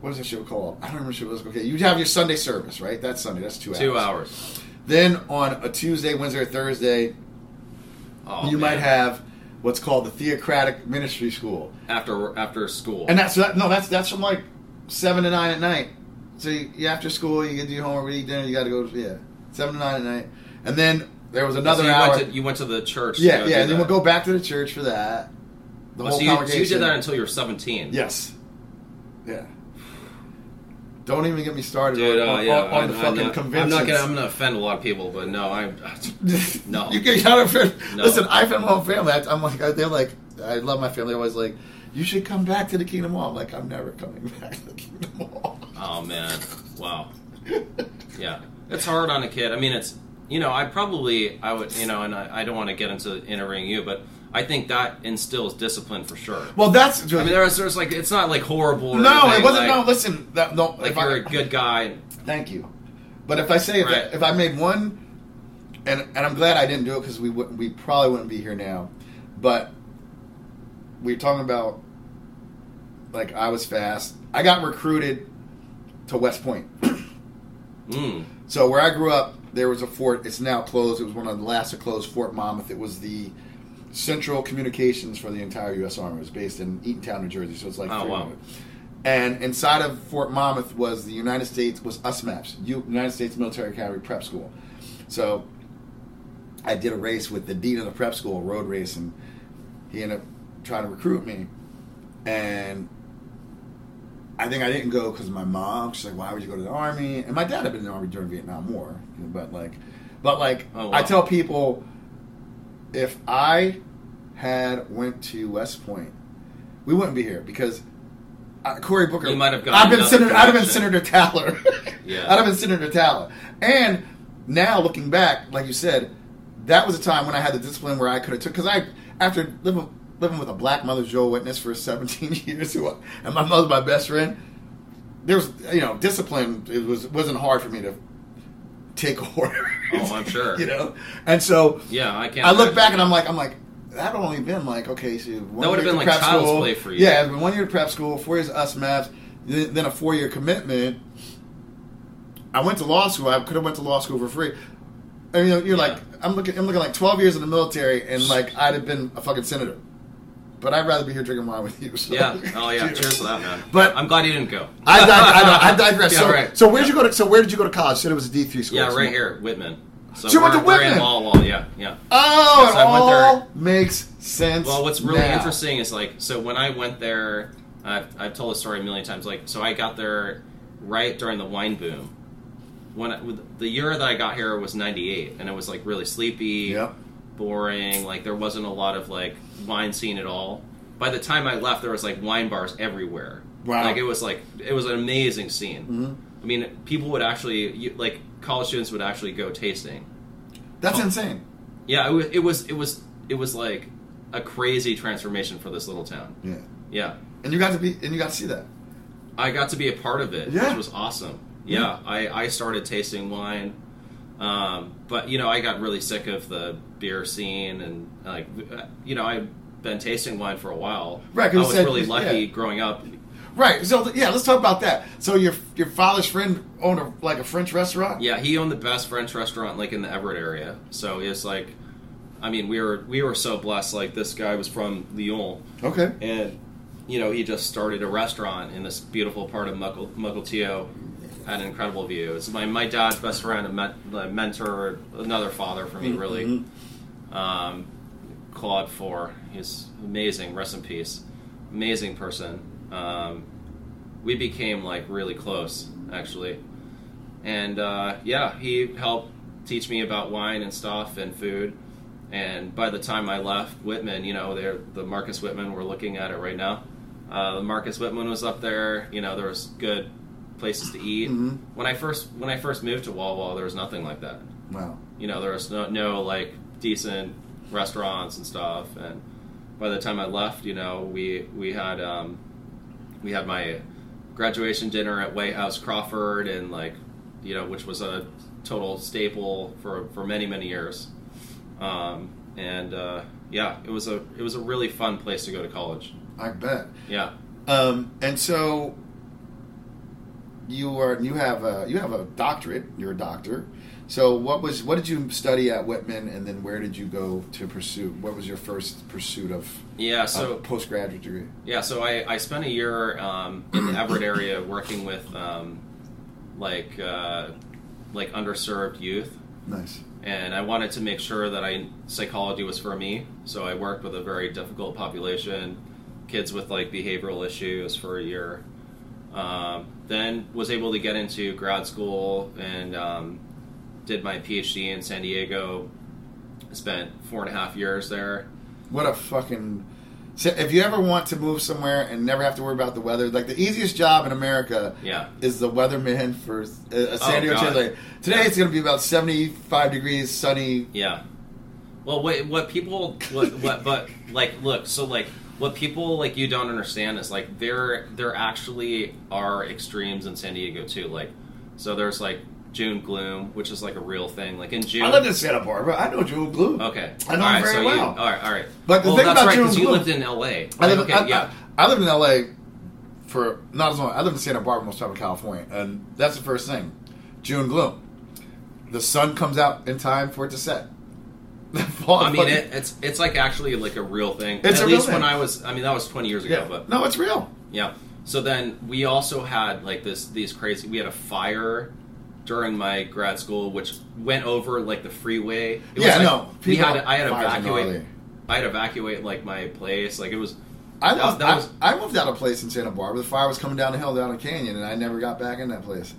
What is that shit called? I don't remember what it was. Okay, you'd have your Sunday service, right? That's Sunday. That's two hours.
Two hours.
Then on a Tuesday, Wednesday, or Thursday,
Oh,
you
man.
might have what's called the theocratic ministry school,
after after school.
and that's that, no, that's that's from like seven to nine at night. So you, you after school, you get to do your homework, you eat dinner, you got to go. to- Yeah, seven to nine at night, and then there was another
so you
hour.
Went to, you went to the church. to
yeah,
go
yeah,
do
and then
that.
we'll go back to the church for that. The
Oh,
whole
so, you, so
congregation.
you did that until you were 17.
yes. Yeah. Don't even get me started
Dude,
on,
uh,
on-
yeah,
on the
I-
fucking
I'm not, I'm
conventions.
not gonna. I'm gonna offend a lot of people, but no, I'm. No.
you get out of it.
No.
Listen, I found my own family. I, I'm like, they're like, I love my family. They're always like, you should come back to the Kingdom Hall. I'm like, I'm never coming back to the Kingdom Hall.
Oh man, wow. Yeah, it's hard on a kid. I mean, it's you know, I probably I would you know, and I, I don't want to get into interviewing you, but I think that instills discipline for sure.
Well, that's.
I mean, there's there's like it's not like horrible. Or
no,
anything,
it wasn't.
Like,
no, listen. That, no,
like
if I-
you're a good guy.
Thank you. But if I say if,
Right.
if I made one, and and I'm glad I didn't do it because we would we probably wouldn't be here now. But we're talking about Like I was fast. I got recruited to West Point.
Mm.
So where I grew up, there was a fort. It's now closed. It was one of the last to close, Fort Monmouth. It was the central communications for the entire U.S. Army. It was based in Eatontown, New Jersey. So it's like
Oh,
three
wow.
hundred. And inside of Fort Monmouth was the United States was USMAPS, U- United States Military Academy Prep School. So I did a race with the dean of the prep school, road race, and he ended up trying to recruit me. And I think I didn't go because my mom. She's like, "Why would you go to the army?" And my dad had been in the army during Vietnam War, but like, but like,
Oh, wow.
I tell people, if I had went to West Point, we wouldn't be here because uh, Cory Booker.
You might have gotten
I've been
another
senator. I'd have been Senator
connection.
Taylor.
Yeah.
I'd have been Senator Taylor. And now looking back, like you said, that was a time when I had the discipline where I could have took because I after living living with a black mother Joe witness for 17 years, who I- and my mother's my best friend. There was you know discipline. It was wasn't hard for me to take orders.
Oh, I'm sure.
you know, and so
Yeah, I can't.
I look
imagine.
back and I'm like, I'm like, that only been like, okay, so one
That would've
year
been
to
like
prep
child's
school.
play for you.
Yeah, it's been one year to prep school, four years us maps, th- then a four year commitment. I went to law school. I could have went to law school for free. I mean, you're
Yeah.
like, I'm looking, I'm looking like 12 years in the military, and like I'd have been a fucking senator. But I'd rather be here drinking wine with you. so-
Yeah. Oh yeah. Cheers to that, man.
But-
I'm glad you didn't go.
I, dig- I, I digress.
Yeah,
so,
right.
So where'd you go to? So where did you go to college? You said it was a D three school.
Yeah, right here, Whitman. So
So you went
we're-
to
we're in
Whitman?
Lawwall, Yeah, yeah.
Oh,
Yes,
it
I went there.
all makes sense.
Well, what's really
now.
interesting is like, so when I went there, I've, I've told the story a million times. Like, so I got there right during the wine boom. When I, with- the year that I got here was '98, and it was like really sleepy,
Yep.
boring. Like there wasn't a lot of like wine scene at all. By the time I left, there was like wine bars everywhere.
Wow.
Like it was like it was an amazing scene.
Mhm.
I mean, people would actually you, like college students would actually go tasting.
That's
Oh.
insane.
Yeah, it was, it was it was it was like a crazy transformation for this little town.
Yeah.
Yeah,
And you got to be, and you got to see that.
I got to be a part of it,
Yeah.
which was awesome. Yeah, I, I started tasting wine, um, but you know I got really sick of the beer scene and like uh, you know I've been tasting wine for a while.
Right, 'cause
I
you
was
said-
really lucky
yeah.
growing up.
Right. So yeah, let's talk about that. So your your father's friend owned a, like a French restaurant.
Yeah, he owned the best French restaurant like in the Everett area. So it's like, I mean we were we were so blessed. Like this guy was from Lyon.
Okay.
and you know he just started a restaurant in this beautiful part of Mugilteo had an incredible view. It's my, my dad's best friend, a, men- a mentor, another father for me,
Mm-hmm.
really. Um, Claude Four, he's amazing. Rest in peace, amazing person. Um, we became like really close, actually, and uh, yeah, he helped teach me about wine and stuff and food. And by the time I left Whitman, you know, they're, the Marcus Whitman, we're looking at it right now. Uh, Marcus Whitman was up there. You know, there was good places to eat.
Mhm.
When I first when I first moved to Walla Walla, there was nothing like that.
Wow.
You know, there was no, no like decent restaurants and stuff. And by the time I left, you know, we we had um, we had my graduation dinner at White House Crawford, and like you know, which was a total staple for for many many years. Um, and uh, yeah, it was a it was a really fun place to go to college.
I bet.
Yeah,
Um, and so you are you have a you have a doctorate. You're a doctor. So what was what did you study at Whitman, and then where did you go to pursue? What was your first pursuit of
yeah.
a
So
postgraduate degree?
Yeah, so I, I spent a year um, in the Everett area working with um, like uh, like underserved youth,
Nice.
and I wanted to make sure that I psychology was for me. So I worked with a very difficult population, kids with like behavioral issues for a year. Um, then was able to get into grad school and um, did my PhD in San Diego. Spent four and a half years there.
What a fucking. So if you ever want to move somewhere and never have to worry about the weather, like the easiest job in America
Yeah.
is the weatherman for uh,
Oh,
San Diego.
God.
Like, today it's going to be about 75 degrees, sunny.
Yeah. Well, what what people what what but like look so like what people like you don't understand is like there there actually are extremes in San Diego too. Like so there's like June gloom, which is like a real thing. Like in June.
I lived in Santa Barbara. I know Jewel Blue.
okay.
I know
all right,
very
so You,
well.
all right. All right.
But the
well,
thing
that's
about
right
June
you
gloom-
lived in L.A.
I live,
okay.
I,
yeah.
I, I lived in LA for not as long. I lived in Santa Barbara most of the time in California, and that's the first thing. June gloom. The sun comes out in time for it to set. Fall-
I mean, it, it's it's like actually like a real thing.
It's
At
a real
least when
thing.
I was, I mean, that was 20 years ago,
yeah,
but
no, it's real.
yeah. So then we also had like this these crazy. We had a fire during my grad school, which went over like the freeway. It was,
Yeah,
like,
no,
We
people-
had to, I had to
fires are
evacuate.
gnarly.
I had to evacuate like my place. Like it was.
I
that,
moved,
that was
I, I moved out of place in Santa Barbara. The fire was coming down the hill down a canyon, and I never got back in that place.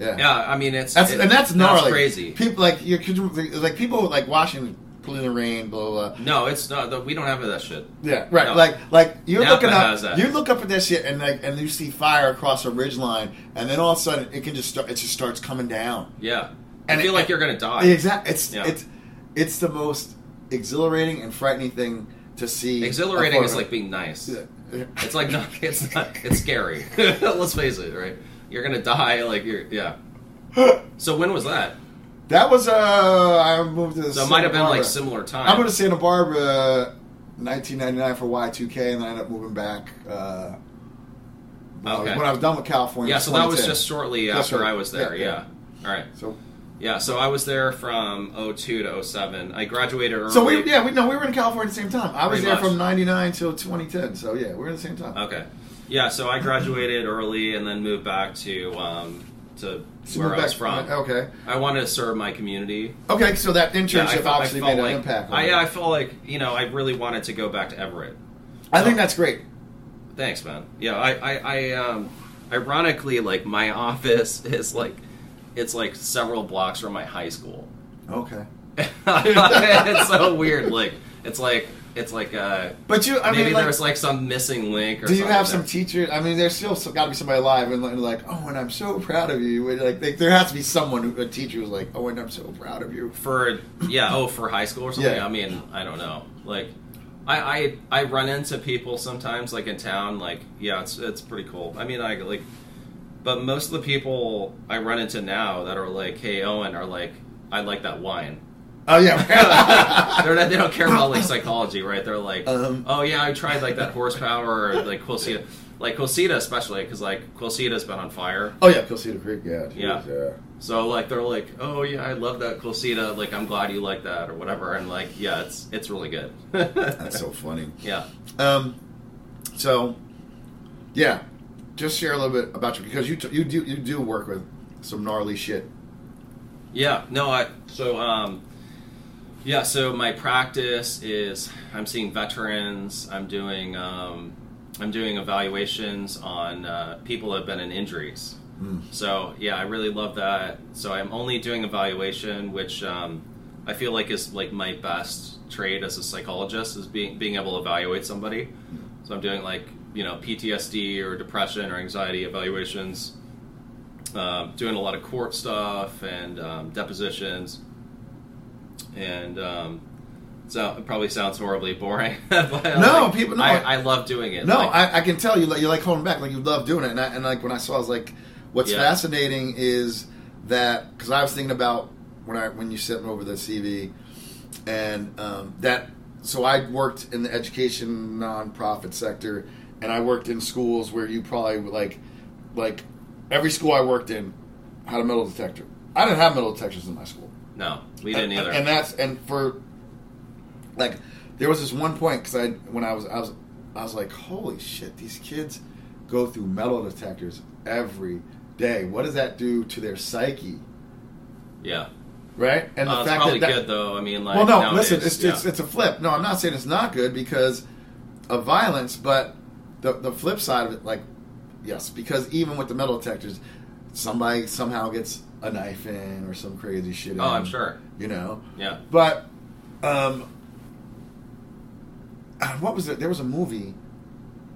Yeah,
yeah. I mean, it's
That's
it-
and that's gnarly.
crazy.
People like you could like people like washing, pulling the rain, blah blah. blah.
no, it's not. that- We don't have that shit.
Yeah, right.
No.
Like, like you're
Napa
looking
has
up,
that.
you look up at that shit, and like, and you see fire across a ridge line, and then all of a sudden it can just start. It just starts coming down.
Yeah,
And
I feel
it-
like you're gonna die.
Exactly. It's
Yeah.
it's it's the most exhilarating and frightening thing to see.
Exhilarating is
A
like being nice.
photo- Yeah.
It's like no, it's not. It's scary. Let's face it, right? You're gonna die. Like you're, yeah. So when was that?
that was uh, I moved to.
So it might have been like
Santa Barbara.
similar time.
I moved to Santa Barbara, 1999 for Y2K, and then I ended up moving back. Uh, when I was-
Okay.
When I was done with California.
yeah, so that was
2010.
just shortly
That's
after
right.
I was there.
Yeah, yeah.
Yeah. All right.
So
Yeah. So I was there from 02 to 07. I graduated early.
So we yeah we no we were in California at the same time. I was
Pretty
there
much.
from '99 till 2010. So yeah, we were in the same time.
Okay. Yeah. So I graduated early and then moved back to um to
So
where
we're
I
back-
was
uh,
from.
Okay.
I wanted to serve my community.
Okay. So that internship
I felt- I
obviously
felt
made
like,
an impact. on
I,
you.
yeah, I felt like you know I really wanted to go back to Everett.
I think that's great.
Thanks, man. Yeah, I, I, I, um, ironically, like my office is like, it's like several blocks from my high school.
Okay.
it's so weird. Like, it's like, it's like, uh,
But you, I
maybe
mean, like,
there's like some missing link. Or
do you
something
have some
there.
teacher? I mean, there's still got to be somebody alive and like, oh, and I'm so proud of you. And, like, like, there has to be someone, who, a teacher, who's like, oh, and I'm so proud of you.
for yeah? Oh, for high school or something.
Yeah.
I mean, I don't know. Like, I, I, I run into people sometimes, like in town. Like, yeah, it's it's pretty cool. I mean, I like, but most of the people I run into now that are like, hey, Owen, are like, I like that wine.
Oh yeah.
they're not, they don't care about like psychology, right? They're like,
Um.
oh yeah, I tried like that horsepower or like Quilcita, like Quilcita especially because like Quilcita's been on fire.
oh yeah, Cedar Creek. Yeah. geez,
Yeah.
yeah.
So like they're like, oh yeah, I love that Quilcita. Like I'm glad you like that or whatever. And like yeah, it's it's really good.
That's so funny.
yeah,
Um, so, yeah, just share a little bit about you because you t- you do you do work with some gnarly shit.
yeah. No, I so um. Yeah, so my practice is I'm seeing veterans. I'm doing um, I'm doing evaluations on uh, people that have been in injuries. So yeah, I really love that. So I'm only doing evaluation, which um, I feel like is like my best trade as a psychologist is being being able to evaluate somebody. So I'm doing like you know PTSD or depression or anxiety evaluations. Um, doing a lot of court stuff and um, depositions, and um, so it probably sounds horribly boring. but
No, people- no.
I, I love doing it.
No,
Like,
I, I can tell you like, you like holding back, like you love doing it, and, I, and like when I saw, I was like, what's
Yeah.
fascinating is that because I was thinking about when I when you sent me over the CV, and um, that so I worked in the education nonprofit sector, and I worked in schools where you probably would, like like every school I worked in had a metal detector. I didn't have metal detectors in my school.
No, we didn't
and,
either.
And that's and for like there was this one point because I when I was I was I was like holy shit these kids go through metal detectors every day. What does that do to their psyche?
yeah,
Right? And
uh, it's probably good though. I mean, like,
well, no,
nowadays,
listen, it's,
yeah.
it's it's a flip. No, I'm not saying it's not good because of violence, but the the flip side of it, like, yes, because even with the metal detectors, somebody somehow gets a knife in or some crazy shit. in,
Oh, I'm sure.
You know,
yeah,
but um, uh, what was it? There was a movie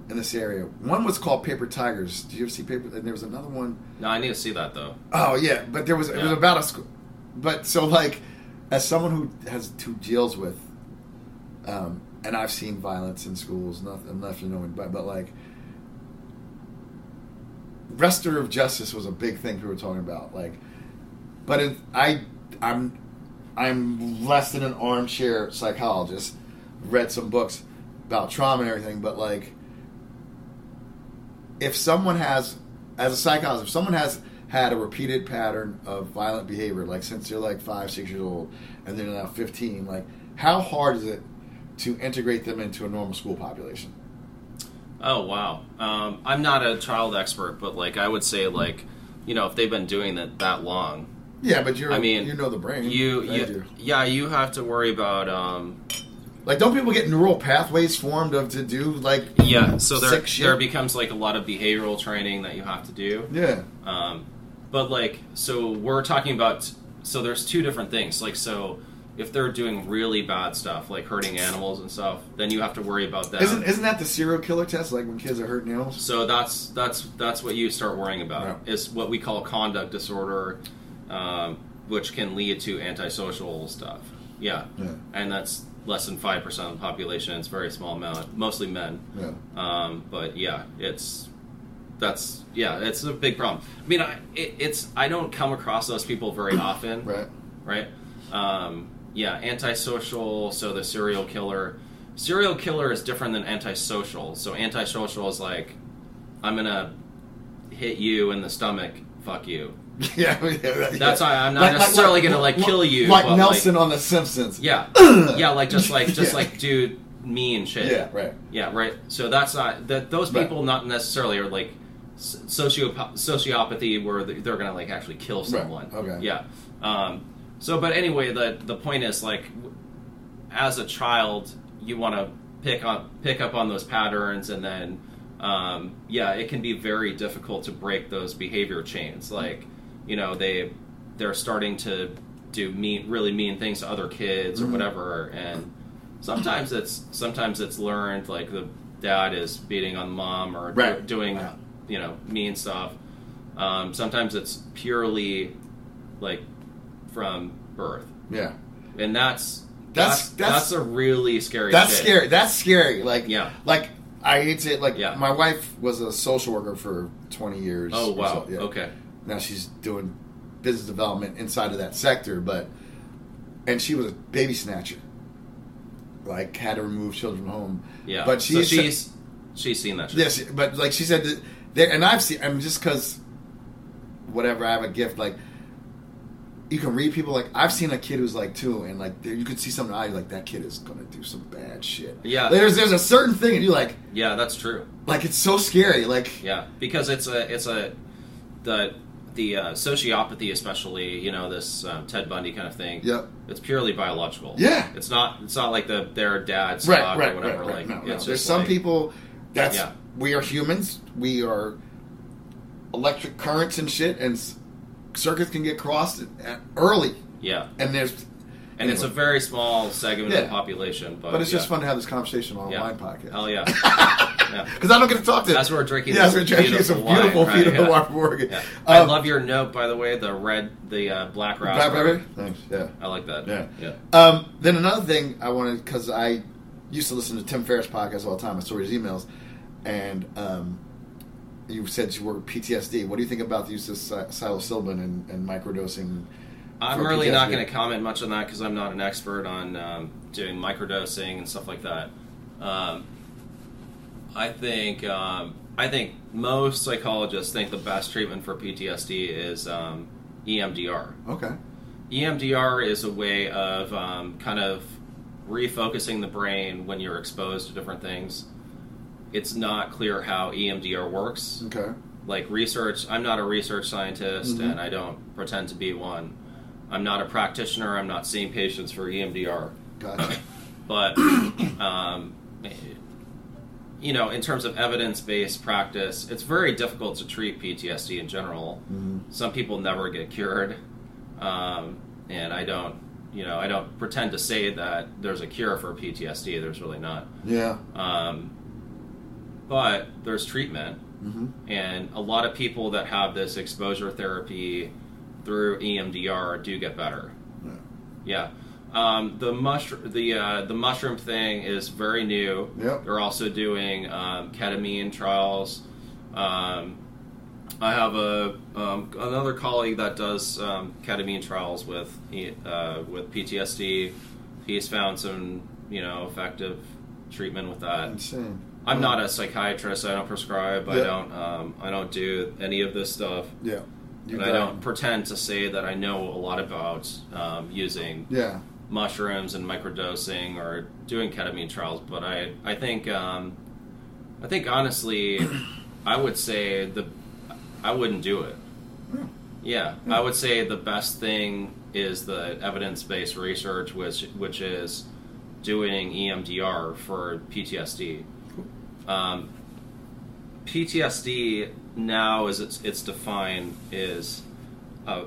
in this area. One was called Paper Tigers. Did you ever see Paper? And there was another one.
no, I need to see that though.
Oh yeah, but there was it was
Yeah.
about a school. But so like, as someone who has two deals with, um, and I've seen violence in schools. Nothing. I'm not no one, but but like. Restorative justice was a big thing we were talking about, like, but it, I, I'm, I'm less than an armchair psychologist. Read some books about trauma and everything, but like, if someone has, as a psychologist, if someone has had a repeated pattern of violent behavior, like since they're like five, six years old, and they're now 15, like how hard is it to integrate them into a normal school population?
Oh wow. Um, I'm not a child expert, but like I would say, like you know, if they've been doing it that long,
Yeah, but you're,
I mean,
you know the brain.
you,
I
you
do.
yeah, you have to worry about um,
Like, don't people get neural pathways formed of to do like?
yeah. So there
sick shit?
there becomes like a lot of behavioral training that you have to do.
yeah,
Um, but like, so we're talking about. So there's two different things. Like, so if they're doing really bad stuff, like hurting animals and stuff, then you have to worry about that.
isn't isn't that the serial killer test? Like when kids are hurting animals.
so that's that's that's what you start worrying about
Yeah.
is what we call conduct disorder, um, which can lead to antisocial stuff. Yeah,
Yeah.
and that's less than five percent of the population. It's a very small amount, mostly men.
Yeah.
Um, but yeah, it's that's yeah, it's a big problem. I mean, I it, it's I don't come across those people very often,
Right.
Right? Um, yeah, antisocial. So the serial killer, serial killer is different than antisocial. So antisocial is like, I'm gonna hit you in the stomach. Fuck you.
Yeah, yeah, that-
That's
yeah.
why I'm not necessarily gonna, like, kill you,
like
but,
Nelson on The Simpsons.
Yeah, yeah, like just like just
Yeah.
like dude, mean shit.
yeah, right.
Yeah, right. So that's not that. Those
Right.
people not necessarily are like socio sociopathy, where they- they're gonna like actually kill someone.
Okay.
Yeah. Um, so, but anyway, the the point is like, w- as a child, you want to pick up pick up on those patterns, and then um, yeah, it can be very difficult to break those behavior chains. Like, you know, they they're starting to do mean really mean things to other kids or
Mhm.
whatever, and sometimes it's sometimes it's learned like the dad is beating on mom or do-
Right.
doing
Right.
you know mean stuff um, sometimes it's purely like from birth
Yeah,
and that's
That's-
that's that's,
that's-
a really scary
that's
shit.
scary. That's scary. Like,
Yeah.
like I hate to like.
Yeah.
My wife was a social worker for twenty years.
oh
or
wow
so, yeah.
okay
Now she's doing business development inside of that sector, but and she was a baby snatcher. Like had to remove children from home.
yeah
but
so
she's
she's she's seen that shit.
Yes, but like she said, that there and I've seen. I mean, just because whatever I have a gift, like you can read people. Like I've seen a kid who's like two, and like there, you could see something. I like that kid is gonna do some bad shit.
Yeah.
there's there's a certain thing, and you like
yeah that's true
like it's so scary. Like
yeah because it's a it's a the the uh, sociopathy especially you know this um, ted bundy kind of thing
Yep.
it's purely biological
Yeah.
it's not it's not like the their dad's
right,
dog
right,
or whatever
right, right.
like
No,
it's
no.
just
There's some
like-
people that's
Yeah.
we are humans. We are electric currents and shit, and s- circuits can get crossed at- early.
yeah
And there's
and it's a
anyway.
very small segment
Yeah.
of the population. But,
But it's
yeah.
just fun to have this conversation on a
Yeah.
wine podcast.
Hell yeah. yeah.
Because I don't get to talk to.
That's where we're drinking.
Yeah, that's
this
where we're drinking
beautiful
some beautiful,
wine, right?
beautiful
Yeah.
wine from Oregon.
Yeah.
Um,
I love your note, by the way. The red, the uh, black raspberry.
Black Raspberry. Thanks. Yeah.
I like that.
Yeah.
yeah.
Um, then another thing I wanted because I used to listen to Tim Ferriss podcast all the time. I saw his emails, and um, you said you were PTSD. What do you think about the use of psi- psilocybin and, and microdosing?
I'm
for
really not
PTSD?
going to comment much on that because I'm not an expert on um, doing microdosing and stuff like that. Um, I think um, I think most psychologists think the best treatment for PTSD is um, EMDR.
Okay.
E EMDR is a way of um, kind of refocusing the brain when you're exposed to different things. It's not clear how E EMDR works.
Okay.
Like research, I'm not a research scientist
Mhm.
and I don't pretend to be one. I'm not a practitioner, I'm not seeing patients for E EMDR.
Gotcha.
But, um, you know, in terms of evidence based practice, it's very difficult to treat PTSD in general
mm-hmm.
some people never get cured um, and i don't you know i don't pretend to say that there's a cure for ptsd there's really not
Yeah.
um, but there's treatment
Mm-hmm.
and a lot of people that have this exposure therapy through E emdr do get better
Yeah.
yeah um, the mush the uh, the mushroom thing is very new
Yep.
they're also doing um, ketamine trials. Um, I have a um, another colleague that does um, ketamine trials with uh, with PTSD. He's found some you know effective treatment with that.
Insane.
I'm not a psychiatrist. I don't prescribe. I
Yeah.
don't. Um, I don't do any of this stuff.
Yeah. You
and I
got-
don't pretend to say that I know a lot about um, using
Yeah.
mushrooms and microdosing or doing ketamine trials, but I I think um, I think honestly, I would say the I wouldn't do it.
Yeah.
Yeah, I would say the best thing is the evidence based research, which which is doing E EMDR for PTSD. Um, PTSD now is it's, it's defined is, uh,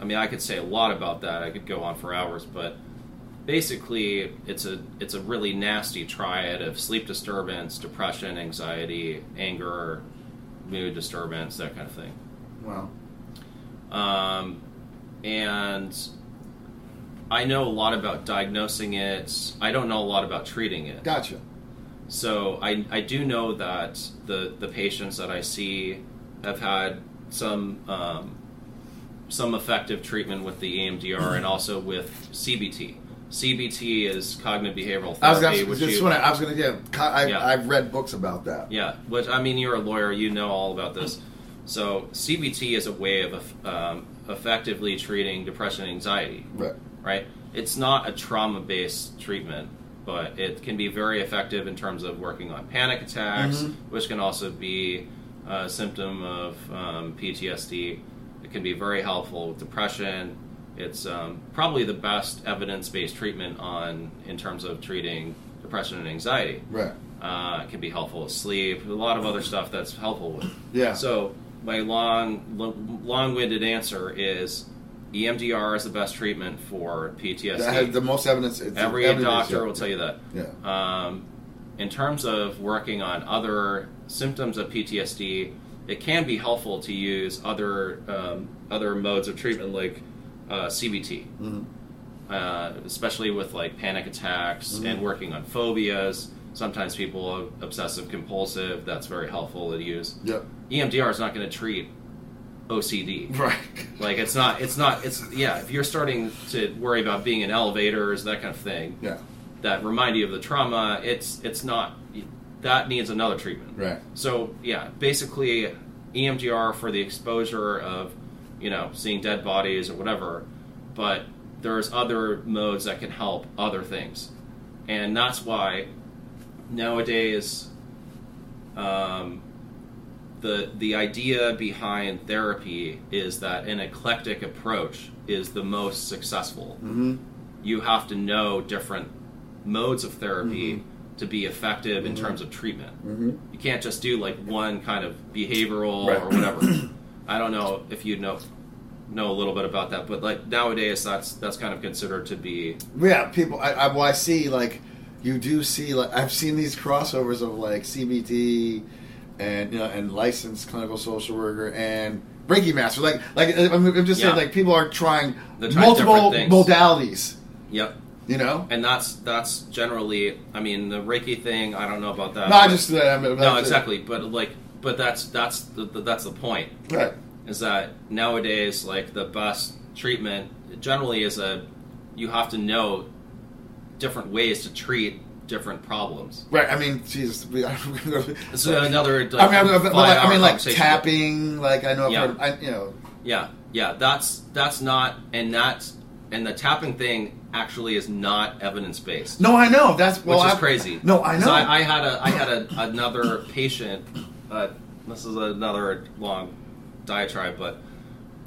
I mean, I could say a lot about that. I could go on for hours, but basically, it's a it's a really nasty triad of sleep disturbance, depression, anxiety, anger, mood disturbance, that kind of thing
Wow.
um, and I know a lot about diagnosing it. I don't know a lot about treating it.
Gotcha.
So I, I do know that the the patients that I see have had some um, some effective treatment with the E EMDR and also with CBT. CBT is cognitive behavioral therapy,
I was gonna,
which
just
you
wanna, I was gonna yeah, co- I,
Yeah.
I've read books about that.
yeah, which I mean, you're a lawyer, you know all about this. So CBT is a way of um, effectively treating depression and anxiety,
Right.
right? It's not a trauma based treatment, but it can be very effective in terms of working on panic attacks,
Mhm.
which can also be a symptom of um, PTSD. It can be very helpful with depression. It's um, probably the best evidence based treatment on in terms of treating depression and anxiety.
Right.
Uh, it can be helpful with sleep, a lot of other stuff that's helpful with.
Yeah.
So my long, lo- long-winded answer is E EMDR is the best treatment for PTSD.
that has the most evidence. It's
Every
evidence-based,
doctor
yeah.
will tell you that.
Yeah.
Um, in terms of working on other symptoms of PTSD, it can be helpful to use other um, other modes of treatment like uh, CBT,
Mhm.
uh, especially with like panic attacks
Mhm.
and working on phobias. Sometimes people are obsessive compulsive. That's very helpful to use. E
Yep.
EMDR is not going to treat OCD.
Right.
Like it's not, it's not, it's yeah. If you're starting to worry about being in elevators, that kind of thing,
Yeah.
that remind you of the trauma, it's it's not. That needs another treatment.
Right.
So yeah, basically, E EMDR for the exposure of, you know, seeing dead bodies or whatever, but there's other modes that can help other things, and that's why nowadays, um, the the idea behind therapy is that an eclectic approach is the most successful
Mm-hmm.
you have to know different modes of therapy to be effective in terms of treatment.
Mm-hmm.
You can't just do like one kind of behavioral
Right.
or whatever. I don't know if you know know a little bit about that, but like nowadays that's that's kind of considered to be
Yeah, people. I, I well, I see like you do see like I've seen these crossovers of like CBT and you know and licensed clinical social worker and Reiki master. Like like I'm, I'm just saying
Yeah.
like people are trying
They're trying
multiple
different things.
modalities.
yep.
You know.
And that's that's generally I mean the Reiki thing, I don't know about that.
No, I
but-
just I mean,
uh, No,
that's it.
exactly, but like but that's that's the, the, that's the point.
Right.
is that nowadays like the best treatment generally is a you have to know different ways to treat different problems.
Right. I mean, Jesus. we- I'm gonna go-
It's another like,
I mean, I'm- I'm- but, like, I
five-hour
mean, like
uh, conversation.
tapping. Like I know, I've
Yeah.
heard, I, you know,
Yeah, yeah. That's that's not and that's and the tapping thing actually is not evidence based.
no, I know. That's well,
which is
I've-
crazy.
No, I
'Cause
know.
I, I had a I had a, another patient. Uh, this is another long diatribe, but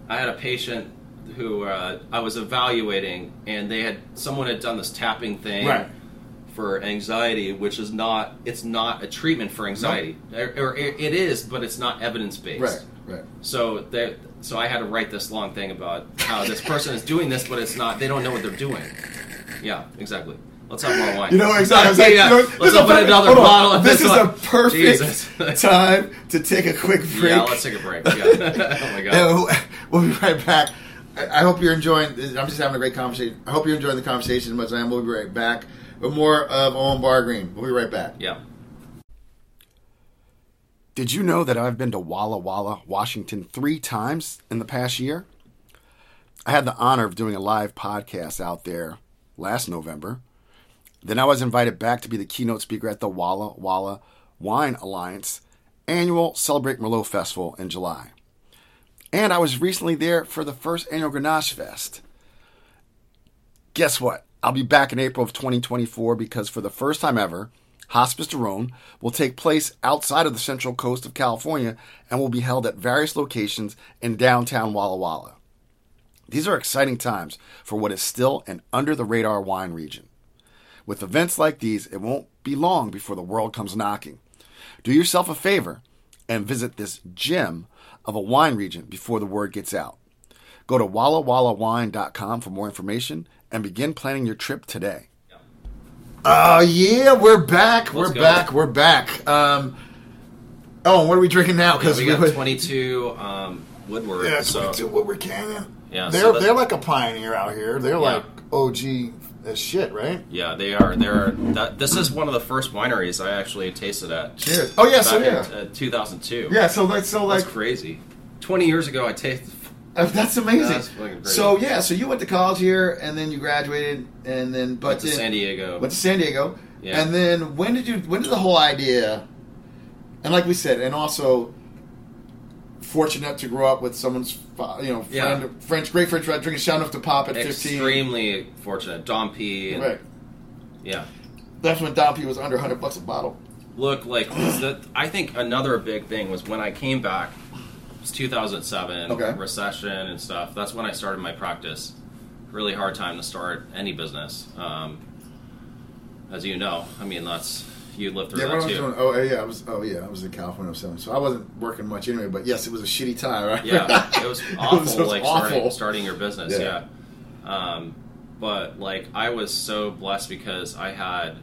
I had a patient who uh, I was evaluating, and they had someone had done this tapping thing
Right.
for anxiety, which is not it's not a treatment for anxiety, or, or it it is, but it's not evidence based.
Right. Right.
So there, so I had to write this long thing about how this person is doing this, but it's not. They don't know what they're doing. Yeah, exactly. Let's have more wine.
You know exactly. Like,
Yeah, yeah.
you know, is
Let's
a
open
perfect-
another
hold on.
bottle. Of
This is
one.
a perfect
Jesus.
time to take a quick break.
Yeah, let's take a break. Yeah. oh my god.
And we'll we'll be right back. I I hope you're enjoying. I'm just having a great conversation. I hope you're enjoying the conversation as much as I am. We'll be right back. But more of Owen Bar Green. We'll be right back.
Yeah.
Did you know that I've been to Walla Walla, Washington three times in the past year? I had the honor of doing a live podcast out there last November. Then I was invited back to be the keynote speaker at the Walla Walla Wine Alliance annual Celebrate Merlot Festival in July. And I was recently there for the first annual Grenache Fest. Guess what? I'll be back in April of 2024 because for the first time ever, Hospice de Rhone will take place outside of the central coast of California and will be held at various locations in downtown Walla Walla. These are exciting times for what is still an under the radar wine region. With events like these, it won't be long before the world comes knocking. Do yourself a favor and visit this gem of a wine region before the word gets out. Go to wallawallawine.com for more information and begin planning your trip today.
Oh yeah, we're back.
Let's
we're
go.
back. We're back. Um, oh, and what are we drinking now?
Yeah, we got
were-
22 um, Woodward.
Yeah,
so
22 Woodward Canyon.
Yeah,
they're
so that-
they're like a pioneer out here. They're
Yeah.
like OG as shit, right?
yeah, they are. They're that, this is one of the first wineries I actually tasted at.
Cheers. Oh, yeah, so
Back in,
yeah.
uh, 2002.
Yeah. So like so like
that's crazy. 20 years ago, I tasted.
uh, that's amazing.
That's fucking great.
so yeah, so you went to college here, and then you graduated, and then but
Went to
then-
San Diego.
Went to San Diego.
Yeah.
And then when did you? When did the whole idea? And like we said, and also fortunate to grow up with someone's, fa- you know, friend,
Yeah.
French, great French red drinking shout enough to pop at fifteen.
Extremely fortunate. Dom P. And,
Right.
Yeah.
That's when Dompy was under hundred bucks a bottle.
Look, like the, I think another big thing was when I came back. It was 2007.
Okay.
Recession and stuff. That's when I started my practice. Really hard time to start any business. Um, as you know, I mean that's you lived through
Yeah,
that
when I was
too.
doing, oh uh, yeah, I was oh yeah, I was in California '07, so I wasn't working much anyway. But yes, it was a shitty time. Right?
yeah, it was awful.
was
like
awful.
Starting, starting your business,
Yeah.
yeah. Um, but like I was so blessed because I had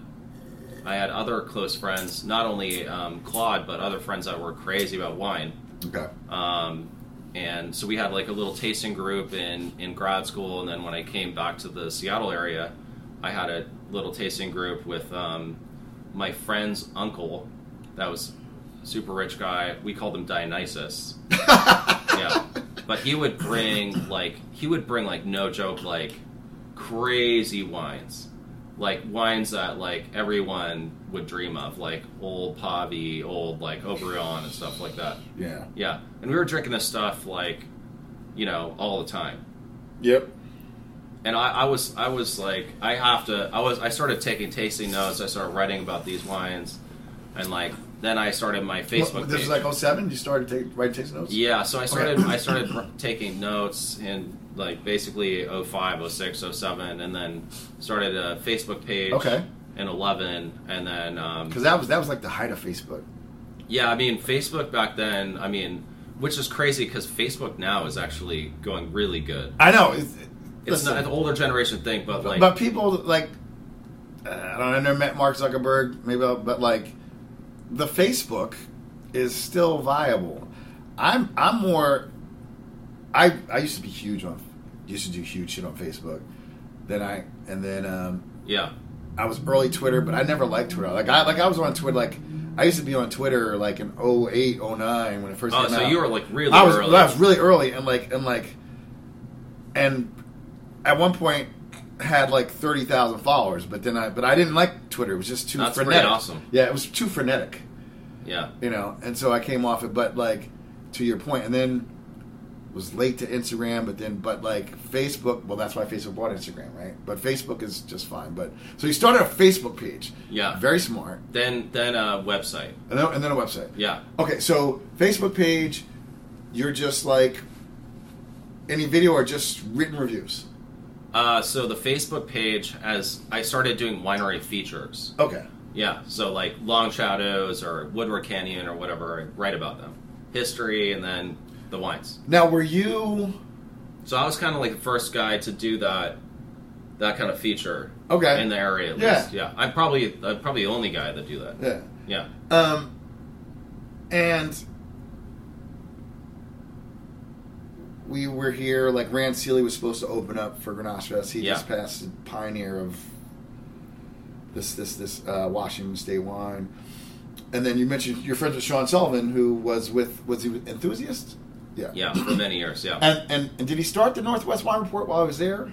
I had other close friends, not only um, Claude but other friends that were crazy about wine.
Okay.
Um, and so we had like a little tasting group in in grad school, and then when I came back to the Seattle area, I had a little tasting group with um, my friend's uncle. That was super rich guy. We called him Dionysus yeah. But he would bring like he would bring like no joke like crazy wines. Like wines that like everyone would dream of, like old Pavi, old like Oberon and stuff like that.
Yeah.
Yeah. And we were drinking this stuff like, you know, all the time.
Yep.
And I, I was I was like I have to I was I started taking tasting notes, I started writing about these wines and like then I started my Facebook
Well,
page.
this was like '07. You started taking writing taste notes.
Yeah, so I started
Okay.
I started pr- taking notes in like basically 05, 06, 07, and then started a Facebook page.
Okay.
In eleven, and then um,
Because that was that was like the height of Facebook.
yeah, I mean Facebook back then. I mean, which is crazy because Facebook now is actually going really good.
I know. It's,
It's not an older generation thing, but like
but people like uh, I don't know. I never met Mark Zuckerberg. Maybe, I'll, but like the Facebook is still viable. I'm I'm more. I I used to be huge on used to do huge shit on Facebook. Then I and then um,
yeah,
I was early Twitter, but I never liked Twitter. Like I like I was on Twitter like I used to be on Twitter like in 08, 09 when it first
oh,
came
so
out.
you were like really
I was
early.
I was really early and like and like and at one point had like thirty thousand followers, but then I but I didn't like Twitter. It was just too
That's pretty
frenetic.
awesome.
Yeah, it was too frenetic,
yeah,
you know. And so I came off it, but like to your point, and then was late to Instagram, but then but like Facebook. Well, that's why Facebook bought Instagram, right? But Facebook is just fine. But so you started a Facebook page.
Yeah.
very smart,
then then a website.
and then, and then a website.
Yeah,
Okay, so Facebook page, you're just like any video or just written reviews.
uh, so the Facebook page as I started doing winery features.
Okay.
Yeah, so like Long Shadows or Woodward Canyon or whatever, and write about them. History and then the wines.
Now, were you
So I was kind of like the first guy to do that that kind of feature
okay?
in the area at
Yeah.
least. Yeah. I'm probably I'm probably the only guy that do that.
yeah.
Yeah.
Um, and we were here. Like Rand Seeley was supposed to open up for Grenache Fest. He
Yeah.
just passed the pioneer of this this this uh, Washington State wine. And then you mentioned your friend Sean Sullivan, who was with was he with enthusiast? Yeah.
Yeah, for many years, yeah.
And, and and did he start the Northwest Wine Report while I was there?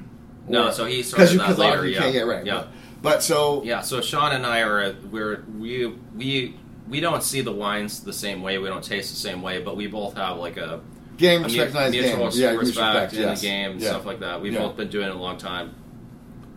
No,
Or-
so he
'cause
started
you-
that
'cause, oh,
later,
you
yeah.
can't- yeah, right.
Yeah.
But, but so
Yeah, so Sean and I are we're we we we don't see the wines the same way. We don't taste the same way, but we both have like a
Game
a
respect, nice game.
mutual
Yeah,
respect,
mutual respect,
in
yes.
the game, and
Yeah.
stuff like that. We've
Yeah.
both been doing it a long time.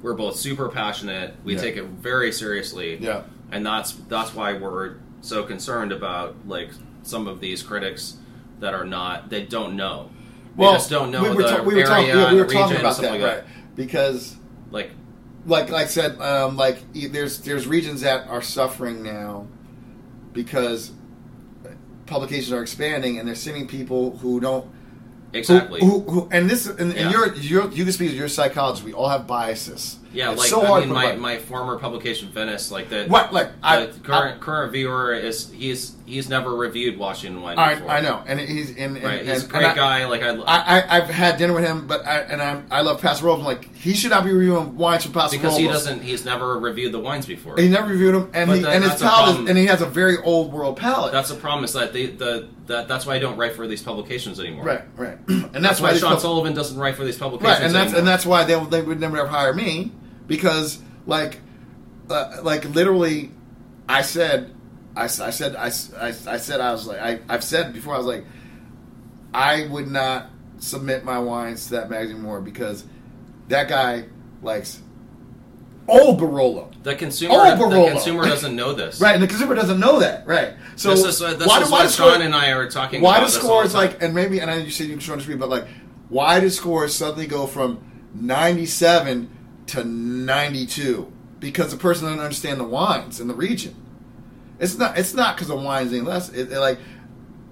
We're both super passionate. We
Yeah.
take it very seriously.
Yeah.
and that's that's why we're so concerned about like some of these critics that are not they don't know. They just don't know the
ta-
area
talking- yeah,
and region and stuff like that.
Because,
Like
like, like I said, um, like e- there's there's regions that are suffering now because publications are expanding and they're sending people who don't
exactly.
Who, who, who, and this, and, and
Yeah.
you're, you're, you can speak to your psychologist. We all have biases.
Yeah,
It's
like
so
I
hard
mean,
for
my,
like-
my former publication Venice, like the
What, like,
the
I-
current current viewer is he's he's never reviewed Washington Wine.
I,
before.
I know, and he's and, and,
right?
and
He's a
and
great
I-
guy. Like I,
I, I I've had dinner with him, but I and I I love Pastor Robles. I'm like he should not be reviewing wines from Pastor
because he
Robles.
doesn't. He's never reviewed the wines before.
He never reviewed them, and
But
he,
that-
and his
that's a
palate is,
problem.
and he has a very old world palate.
That's the problem. Is that they, the that that's why I don't write for these publications anymore.
right, right, and that's,
That's why
they
Sean
put-
Sullivan doesn't write for these publications.
right, and that's
anymore.
and that's why they they would never have hired me because like uh, like literally, I said I, s- I said I, s- I s- I said I was like I I've said before I was like I would not submit my wines to that magazine more because that guy likes old Barolo.
the consumer.
Oh, Barolo.
the consumer doesn't know this.
Right, and the consumer doesn't know that. Right. So
this is, uh, this
why,
is
do-
what
why do
Sean
scores-
and I are talking.
why
about
do
this
scores
all the time.
like and maybe and I know you said you can show on the screen, but like why do scores suddenly go from ninety seven to ninety two? Because the person doesn't understand the wines in the region. It's not it's not because the wines any less. It, it, like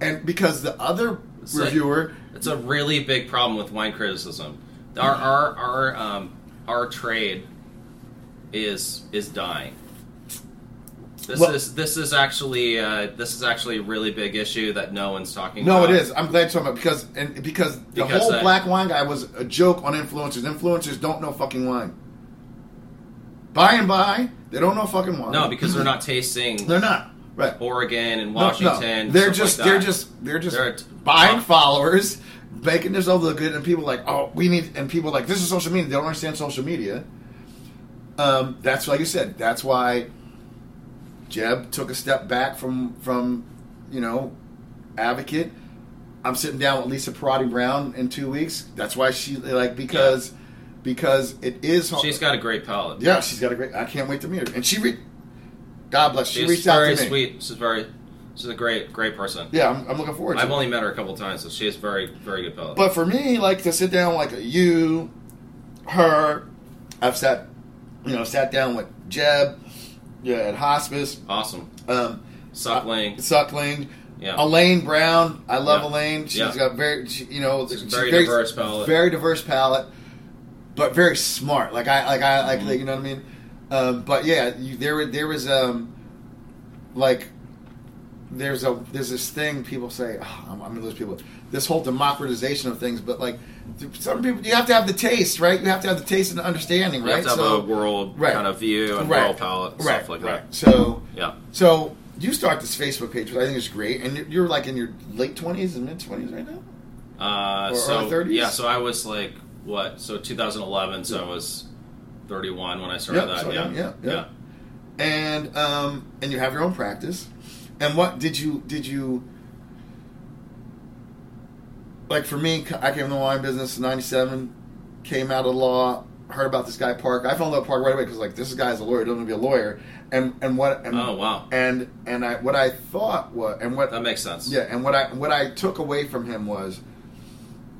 and because the other
It's like-
reviewer
It's a really big problem with wine criticism. Our our our um, our trade is is dying. This
Well-
is this is actually uh, this is actually a really big issue that no one's talking
No,
about.
it is. I'm glad you're talking about it because and because the
Because
whole
I-
black wine guy was a joke on influencers. Influencers don't know fucking wine. By and by, they don't know fucking wine.
No, because they're not tasting
they're not right.
Oregon and
No, no.
Washington.
They're
stuff
just
like
they're
that.
just they're just
They're t-
buying
top-
followers, making themselves look good, and people are like oh we need and people are like this is social media. They don't understand social media. Um, that's like you said. That's why Jeb took a step back from from you know advocate. I'm sitting down with Lisa Parati Brown in two weeks. That's why she like because because it is
She's got a great palate.
yeah she's got a great. I can't wait to meet her. And she re- God bless. She
she's
reached out
very
to me.
sweet. She's very she's a great great person.
Yeah, I'm, I'm looking forward to
I've
it.
only met her a couple times, so she has very very good palate.
But for me, like to sit down like you, her, I've sat, you know, sat down with Jeb, yeah, at hospice,
awesome,
um,
suckling.
Suckling,
Yeah.
Elaine Brown. I love
Yeah.
Elaine. She's
Yeah.
got very, she, you know,
She's
she's
very diverse palate.
very diverse palette, but very smart. Like I, like I,
Mm-hmm.
like you know what I mean. Um, but yeah, you, there, there was um, like there's a there's this thing people say oh, I'm, I'm those people this whole democratization of things but like some people you have to have the taste right you have to have the taste and the understanding
You
right
have to have a world
Right.
kind of view and
Right.
world palate and stuff like
right.
that.
so
Yeah.
so you start this Facebook page which I think is great and you're, you're like in your late 20s and mid 20s right now
Uh,
Or
so
early 30s?
yeah, so I was like what? So 2011. So I was 31 when I started
Yeah,
that.
so
yeah,
yeah, yeah, yeah. and um and you have your own practice and what did you did you like for me i came in the wine business in 97 came out of law heard about this guy park i found out park right away because like this guy's a lawyer don't want to be a lawyer and and what and,
Oh, wow.
and and i what i thought was and what
That makes sense.
yeah, and what I what I took away from him was,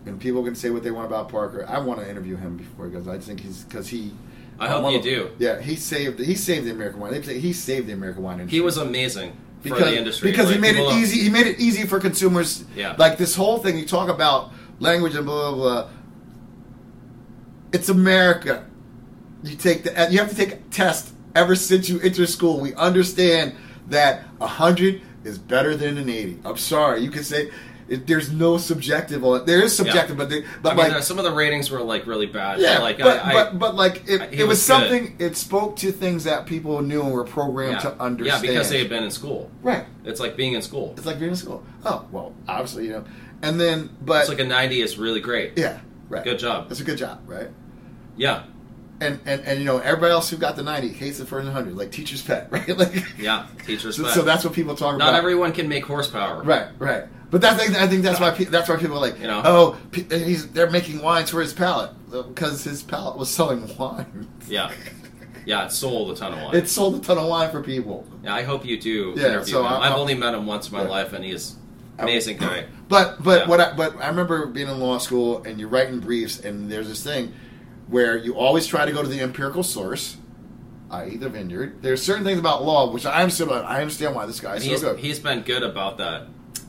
and people can say what they want about Parker. I want to interview him before he goes. I think he's because he.
I hope
one
you
of-
do.
Yeah, he saved he saved the American wine. They say He saved the American wine industry.
he was amazing
because,
for the industry
because he
Like,
made it
people don't-
easy. He made it easy for consumers.
Yeah.
like this whole thing you talk about language and blah blah blah. It's America. You take the you have to take a test ever since you enter school. We understand that a hundred is better than an eighty. I'm sorry, you can say it, there's no subjective on it. There is subjective, but they,
I
but
mean,
like
there- some of the ratings were like really bad.
yeah,
like
but,
I, I,
but but like it,
I- he
it was,
was good.
something. It spoke to things that people knew and were programmed
yeah.
to understand.
Yeah, because they had been in school.
right.
It's like being in school.
It's like being in school. Oh, well, obviously, you know. And then, but
It's like a 90 is really great.
yeah, right.
Good job.
It's a good job, right?
Yeah.
and, and and you know everybody else who got the ninety hates the first hundred, like teacher's pet, right? Like
Yeah, teacher's
So,
pet.
so that's what people talk about.
Not everyone can make horsepower.
Right, right. But that thing, I think that's why pe- that's why people are like,
You know?
oh, pe- he's they're making wines for his palate because his palate was selling wine.
Yeah. Yeah, it sold a ton of wine.
It sold a ton of wine for people.
yeah, I hope you do
Yeah,
interview
so
him.
I'll-
i have
I'll-
only met him once in my
Yeah.
life, and he's
I'll-
amazing guy.
But but
Yeah.
what I, but I remember being in law school and you're writing briefs and there's this thing where you always try to go to the empirical source, i.e. the vineyard. There's certain things about law which I understand. I understand why this guy
And
is
he's,
so good.
he's been good about that.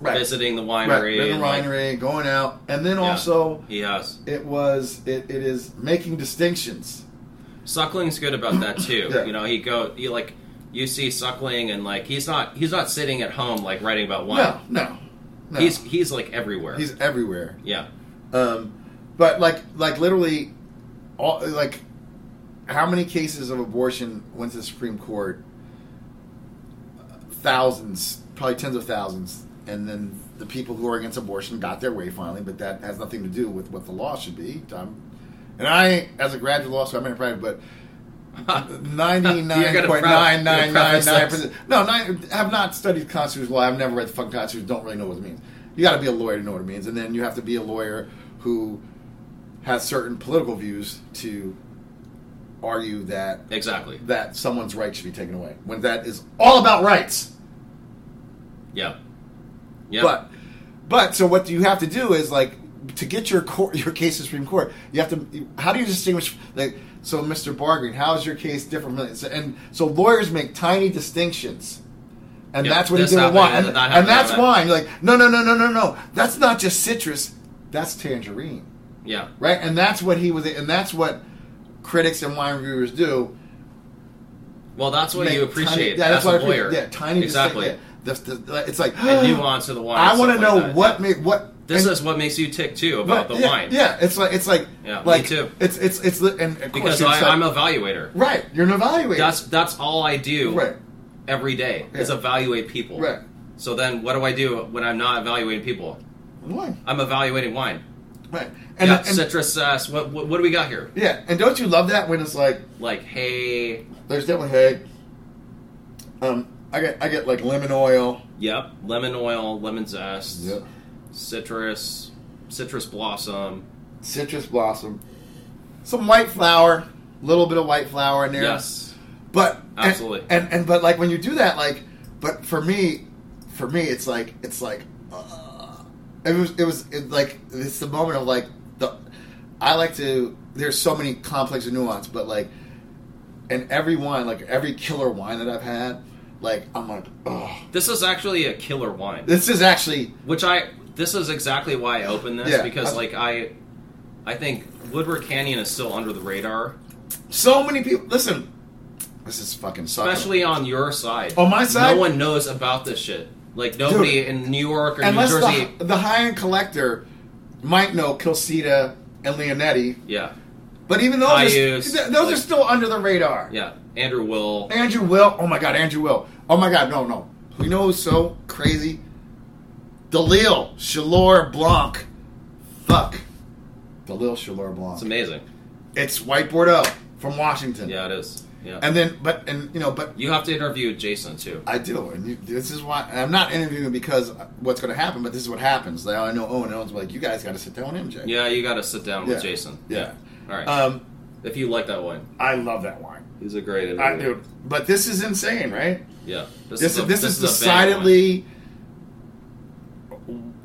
Right.
Visiting the winery.
right, been in
and,
the
like,
winery, going out, and then
yeah,
also
he has.
it was it, it is making distinctions.
Suckling's good about that too.
Yeah.
You know, he go he like you see Suckling and like he's not he's not sitting at home like writing about wine.
No, no, no.
He's he's like everywhere.
he's everywhere.
yeah.
Um, but like like literally, all, like how many cases of abortion went to the Supreme Court? Thousands, probably tens of thousands, and then the people who are against abortion got their way finally. But that has nothing to do with what the law should be. Um, and I, as a graduate law school, I'm in a private, but
You're gonna pref- you're gonna preface this.
99.9999%. No, nine, have not studied constitutional law. I've never read the fucking constitution. Don't really know what it means. You got to be a lawyer to know what it means, and then you have to be a lawyer who has certain political views to argue that
Exactly.
that someone's right should be taken away when that is all about rights.
Yeah. Yeah.
But but so what you have to do is like to get your court, your case to Supreme Court, you have to. How do you distinguish? Like so, Mr. Bargain, how is your case different? from- so- And so lawyers make tiny distinctions. And
Yeah,
that's what he
this
did with
happened,
wine, and,
that happened,
and that's
that happened.
wine. You're like, no, no, no, no, no, no. That's not just citrus. That's tangerine,
yeah.
right? And that's what he was. And that's what critics and wine reviewers do.
Well, that's what
Make
you
tiny-
appreciate
yeah, that's
as a
what I appreciate.
lawyer.
Yeah, tiny.
Exactly.
distinct- Yeah, the, the, it's like
And nuance of the wine.
I want to
to
know what make what.
This
and-
is what makes you tick too
Right,
about the
yeah,
wine.
Yeah, it's like it's like
Yeah, me
like
too.
It's it's it's li- and of
Because
course, it's
I,
like-
I'm an evaluator.
right. You're an evaluator.
That's that's all I do
right,
every day is
Yeah.
evaluate people.
right.
So then, what do I do when I'm not evaluating people?
Why?
I'm evaluating wine.
Right.
And,
And,
yeah,
and
citrus zest. What, what what do we got here?
yeah, and don't you love that when it's like
Like hay.
there's definitely hey, um, I get I get like lemon oil.
Yep. Lemon oil, lemon zest,
Yep.
citrus, citrus blossom.
Citrus blossom, some white flour, little bit of white flour in there.
Yes.
But and-
Absolutely.
And, and but like when you do that, like, but for me, for me, it's like it's like uh, it was it was it like it's the moment of like the I like to. There's so many complex and nuance, but like, and every wine, like every killer wine that I've had, like I'm like, oh,
This is actually a killer wine.
this is actually
Which I this is exactly why I opened this
Yeah.
because like I I think Woodward Canyon is still under the radar,
Uh-huh. so many people. Listen, this is fucking sucking.
especially on your side.
On my side?
no one knows about this shit. Like nobody in New York or
unless
New Jersey.
the, the high end collector might know Kilsita and Leonetti,
yeah,
But even those, are,
Cayuse.
th- those are still under the radar.
yeah. Andrew Will.
Andrew Will. Oh my God, Andrew Will. Oh my God, no, no. You know who's so crazy? Dalil Shalor Blanc. Fuck. Dalil Shalor Blanc.
It's amazing.
It's white Bordeaux from Washington.
Yeah, it is. Yeah.
And then, but and you know, but
you have to interview Jason too.
I do, and you, this is why and I'm not interviewing because what's going to happen, but this is what happens. Like I know Owen Owens, like you guys got to sit down, with MJ.
Yeah, you got to sit down
Yeah.
with Jason.
Yeah.
All right.
Um,
if you like that one,
I love that wine.
he's a great interview.
I do. But this is insane, right?
Yeah.
This, is,
a-
this is,
a bang
decidedly.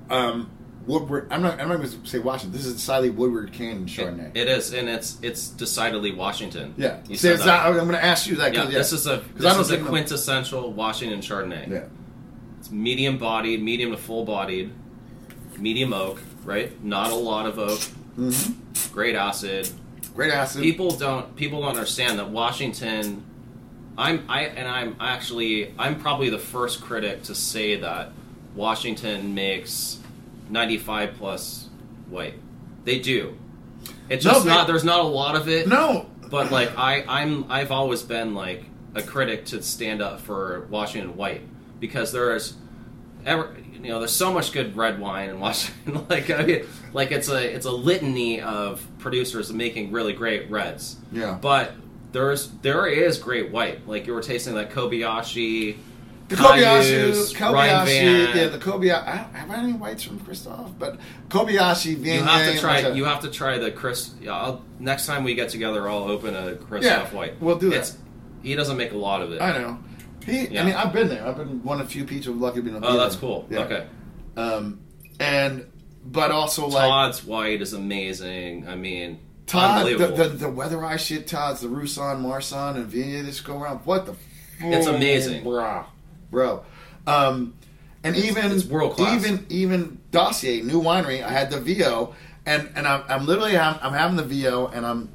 Um, Woodward. I'm not. I'm not going to say Washington. This is decidedly Woodward Canyon
one.
Chardonnay.
It is, and it's it's decidedly Washington.
yeah.
You
So
said
it's
that.
not, I'm going to ask you that.
yeah,
'cause,
this is a
'Cause I
this
don't
is a
think-
quintessential Washington Chardonnay.
Yeah.
It's medium bodied, medium to full bodied, medium oak, right? Not a lot of oak.
Mhm.
Great acid.
Great acid.
People don't people don't understand that Washington. I'm I and I'm actually I'm probably the first critic to say that Washington makes 95 plus white. They do. It's
No,
just
they-
not. There's not a lot of it.
no.
But like I, I'm I've always been like a critic to stand up for Washington White because there is ever you know there's so much good red wine in Washington like I mean, like it's a it's a litany of producers making really great reds
Yeah.
but there's there is great white like you were tasting that Kobayashi
The
Cayuse,
Kobayashi,
Rhine
Kobayashi,
Van.
yeah, the Kobayashi. I don't have any whites from Christoph, but Kobayashi, Van
you have to try you have to try the Chris yeah, I'll, next time we get together I'll open a Chris
Yeah,
off white
we'll do that.
It's- he doesn't make a lot of it
I know. He, I
Yeah.
mean, I've been there. I've been one of few people who've lucky to be
oh that's cool okay
Um, and but also like
Todd's white is amazing I mean
Todd, the,
unbelievable.
the the weather eye shit, Todd's the Rusan, Marsan, and Vigna this go around. What the?
It's
fuck,
amazing.
bro. Bro, um, and even
it's world-class.
Even even dossier new winery. I had the VO, and and I'm, I'm literally I'm, I'm having the VO, and I'm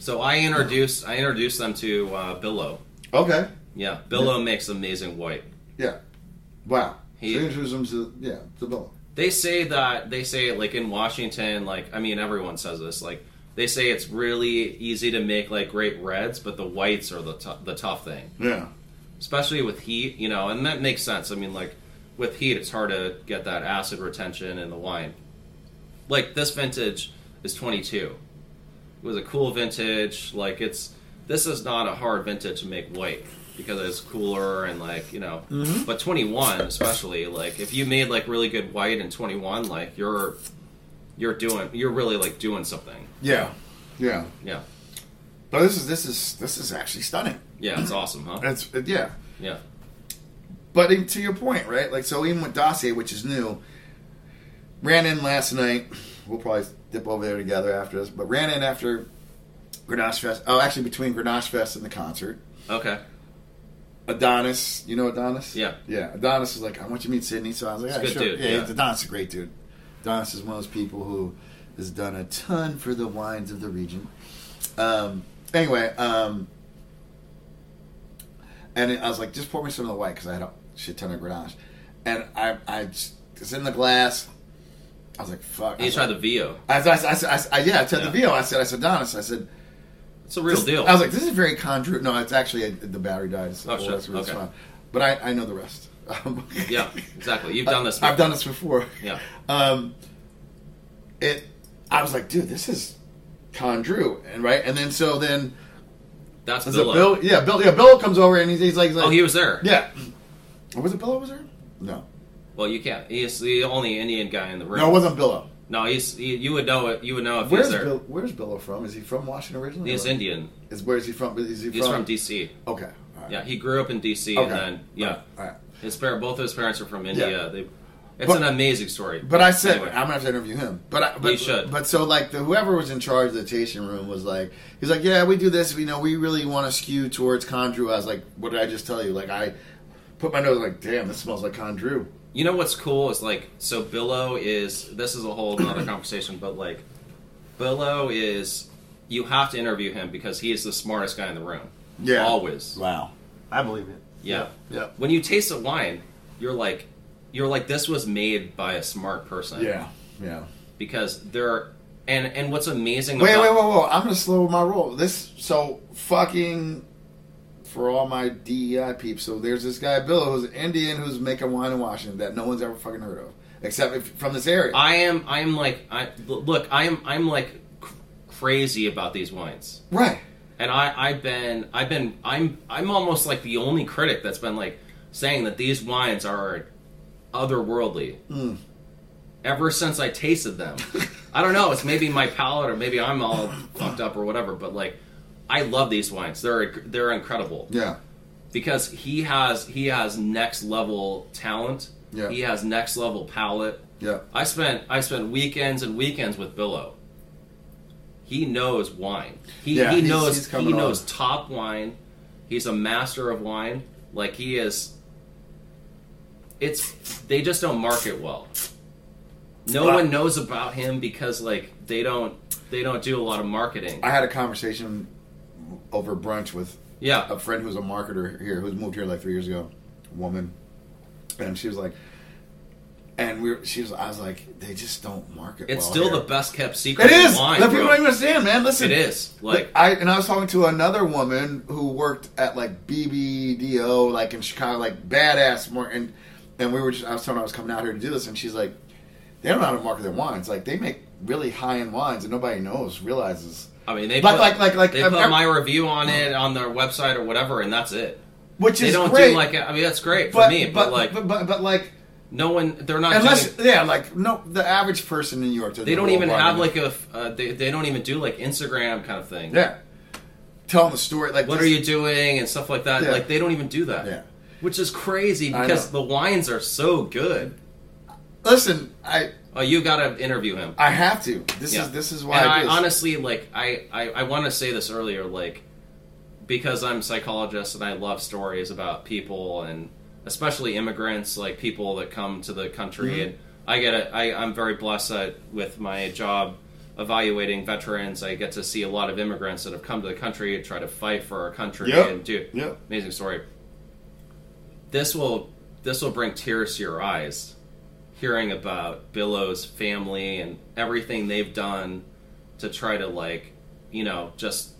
So I introduced I introduced them to uh, Billow.
okay.
Yeah, Billow makes amazing white.
Yeah. Wow.
He-
so introduce him to uh, yeah to Bill.
They say that they say like in Washington, like I mean everyone says this, like they say it's really easy to make like great reds, but the whites are the t- the tough thing,
Yeah.
especially with heat, you know, and that makes sense. I mean like with heat, it's hard to get that acid retention in the wine. Like this vintage is 22. It was a cool vintage. Like it's this is not a hard vintage to make white because it's cooler and like you know.
Mm-hmm.
But 21 especially like if you made like really good white in 21 like you're you're doing you're really like doing something.
Yeah. Yeah.
Yeah.
But this is this is this is actually stunning.
Yeah, it's awesome, huh?
It's it, yeah.
Yeah.
But in- to your point, right? Like so, even with Dossier, which is new, ran in last night. We'll probably dip over there together after this. But ran in after Grenache Fest. Oh, actually, between Grenache Fest and the concert,
Okay.
Adonis. You know Adonis?
Yeah.
Yeah. Adonis was like, I want you to meet Sydney. So I was like, yeah,
He's a
sure.
good dude,
yeah,
yeah.
Adonis is a great dude. Adonis is one of those people who has done a ton for the wines of the region. Um, anyway, um, and I was like, just pour me some of the white because I had a shit ton of Grenache. And I, I just, it's in the glass. I was like, fuck. I
You
was
tried
like,
the VO.
I, I, I, I, yeah, I said the
Yeah.
VO. I said, I said, Adonis. I said,
It's a real
this-
deal.
I was like, this is very Condru. No, it's actually uh, the battery died. So
Oh, shit.
that's where it's
Okay.
fine. But I, I know the rest. Um,
yeah, exactly. You've done this.
I've done this before.
Yeah.
Um, it. I was like, dude, this is Condru, and right, and then so then
That's
was it
Billow.
Bill? Yeah, Bill. Yeah, Bill comes over and he's, he's like, he's like,
Oh, he was there.
yeah. Oh, was it Bill? Was there? No,
Well, you can't. He's the only Indian guy in the room.
no, it wasn't Bill.
No, he's he, you would know it. You would know if
Where's
he's there.
Bill? Where's Bill from? Is he from Washington originally?
He's
Or-
Indian.
Is where is he from? Is he
He's from,
from?
DC.
Okay. all right.
Yeah, he grew up in DC,
Okay.
and then yeah,
All right.
his par- both of his parents are from India.
Yeah.
They, it's
But-
an amazing story.
But I said
Anyway.
I'm gonna have to interview him. But I, but
We should.
But so like the whoever was in charge of the tasting room was like, he's like, yeah, we do this. We know we really want to skew towards Condru. I was like, what did I just tell you? Like I put my nose like, damn, this smells like Condru.
you know what's cool is like so Billow is this is a whole other conversation, but like Billow is you have to interview him because he is the smartest guy in the room.
Yeah.
always.
Wow, I believe it.
Yeah.
Yeah.
When you taste a wine, you're like, you're like, this was made by a smart person.
Yeah. Yeah.
Because there, are, and and what's amazing.
Wait,
about,
wait, wait, wait! I'm gonna slow my roll. This so fucking for all my DEI peeps. So there's this guy Bill who's an Indian who's making wine in Washington that no one's ever fucking heard of, except if, from this area.
I am. I am like. I look. I am. I'm like cr- crazy about these wines.
right.
And I. I've been. I've been. I'm. I'm almost like the only critic that's been like saying that these wines are otherworldly. Ever since I tasted them, I don't know. It's maybe my palate, or maybe I'm all fucked up, or whatever. But like, I love these wines. They're they're incredible
Yeah.
because he has he has next level talent.
Yeah.
He has next level palate.
Yeah.
I spent I spent weekends and weekends with Billow. He knows wine. He
Yeah,
he
he's-
knows
he's
he
coming on.
knows top wine. He's a master of wine. Like he is. It's they just don't market well. No
Ah.
one knows about him because like they don't they don't do a lot of marketing.
I had a conversation over brunch with
yeah,
a friend who's a marketer here, who's moved here like three years ago, woman, and she was like, and we, were, she was, I was like, they just don't market.
it's
well
still
here.
the best kept secret.
It is.
in wine,
the
bro.
people don't even understand, man. Listen,
It is like
I and I was talking to another woman who worked at like BBDO, like in Chicago, like badass more and And we were just, I was telling her I was coming out here to do this, and she's like, they don't know how to market their wines. Like they make really high end wines, and nobody knows realizes.
I mean, they
Like-
put,
like- like- like, um,
they
I've
put
never-
my review on it on their website or whatever, and that's it.
Which
They
is
don't
great,
do like I mean, that's great for
but,
me, but, like
but, but, but like
no one, they're not
unless
doing.
yeah, like no, the average person in New York,
They don't even have like a. f- Uh, they, they don't even do like Instagram kind of thing.
yeah, telling the story. Like
What
this-
are you doing and stuff like that.
Yeah.
Like they don't even do that.
Yeah.
Which is crazy
I
because
know.
the wines are so good.
Listen, I
Oh, you got to interview him.
I have to. This
Yeah.
is this is why
and
I,
I,
do this.
honestly like I I, I want to say this earlier like because I'm a psychologist and I love stories about people and especially immigrants like people that come to the country
Mm-hmm.
and I get a, I I'm very blessed that with my job evaluating veterans I get to see a lot of immigrants that have come to the country and try to fight for our country
Yep.
and do
Yep.
amazing story this will this will bring tears to your eyes hearing about Billow's family and everything they've done to try to like you know just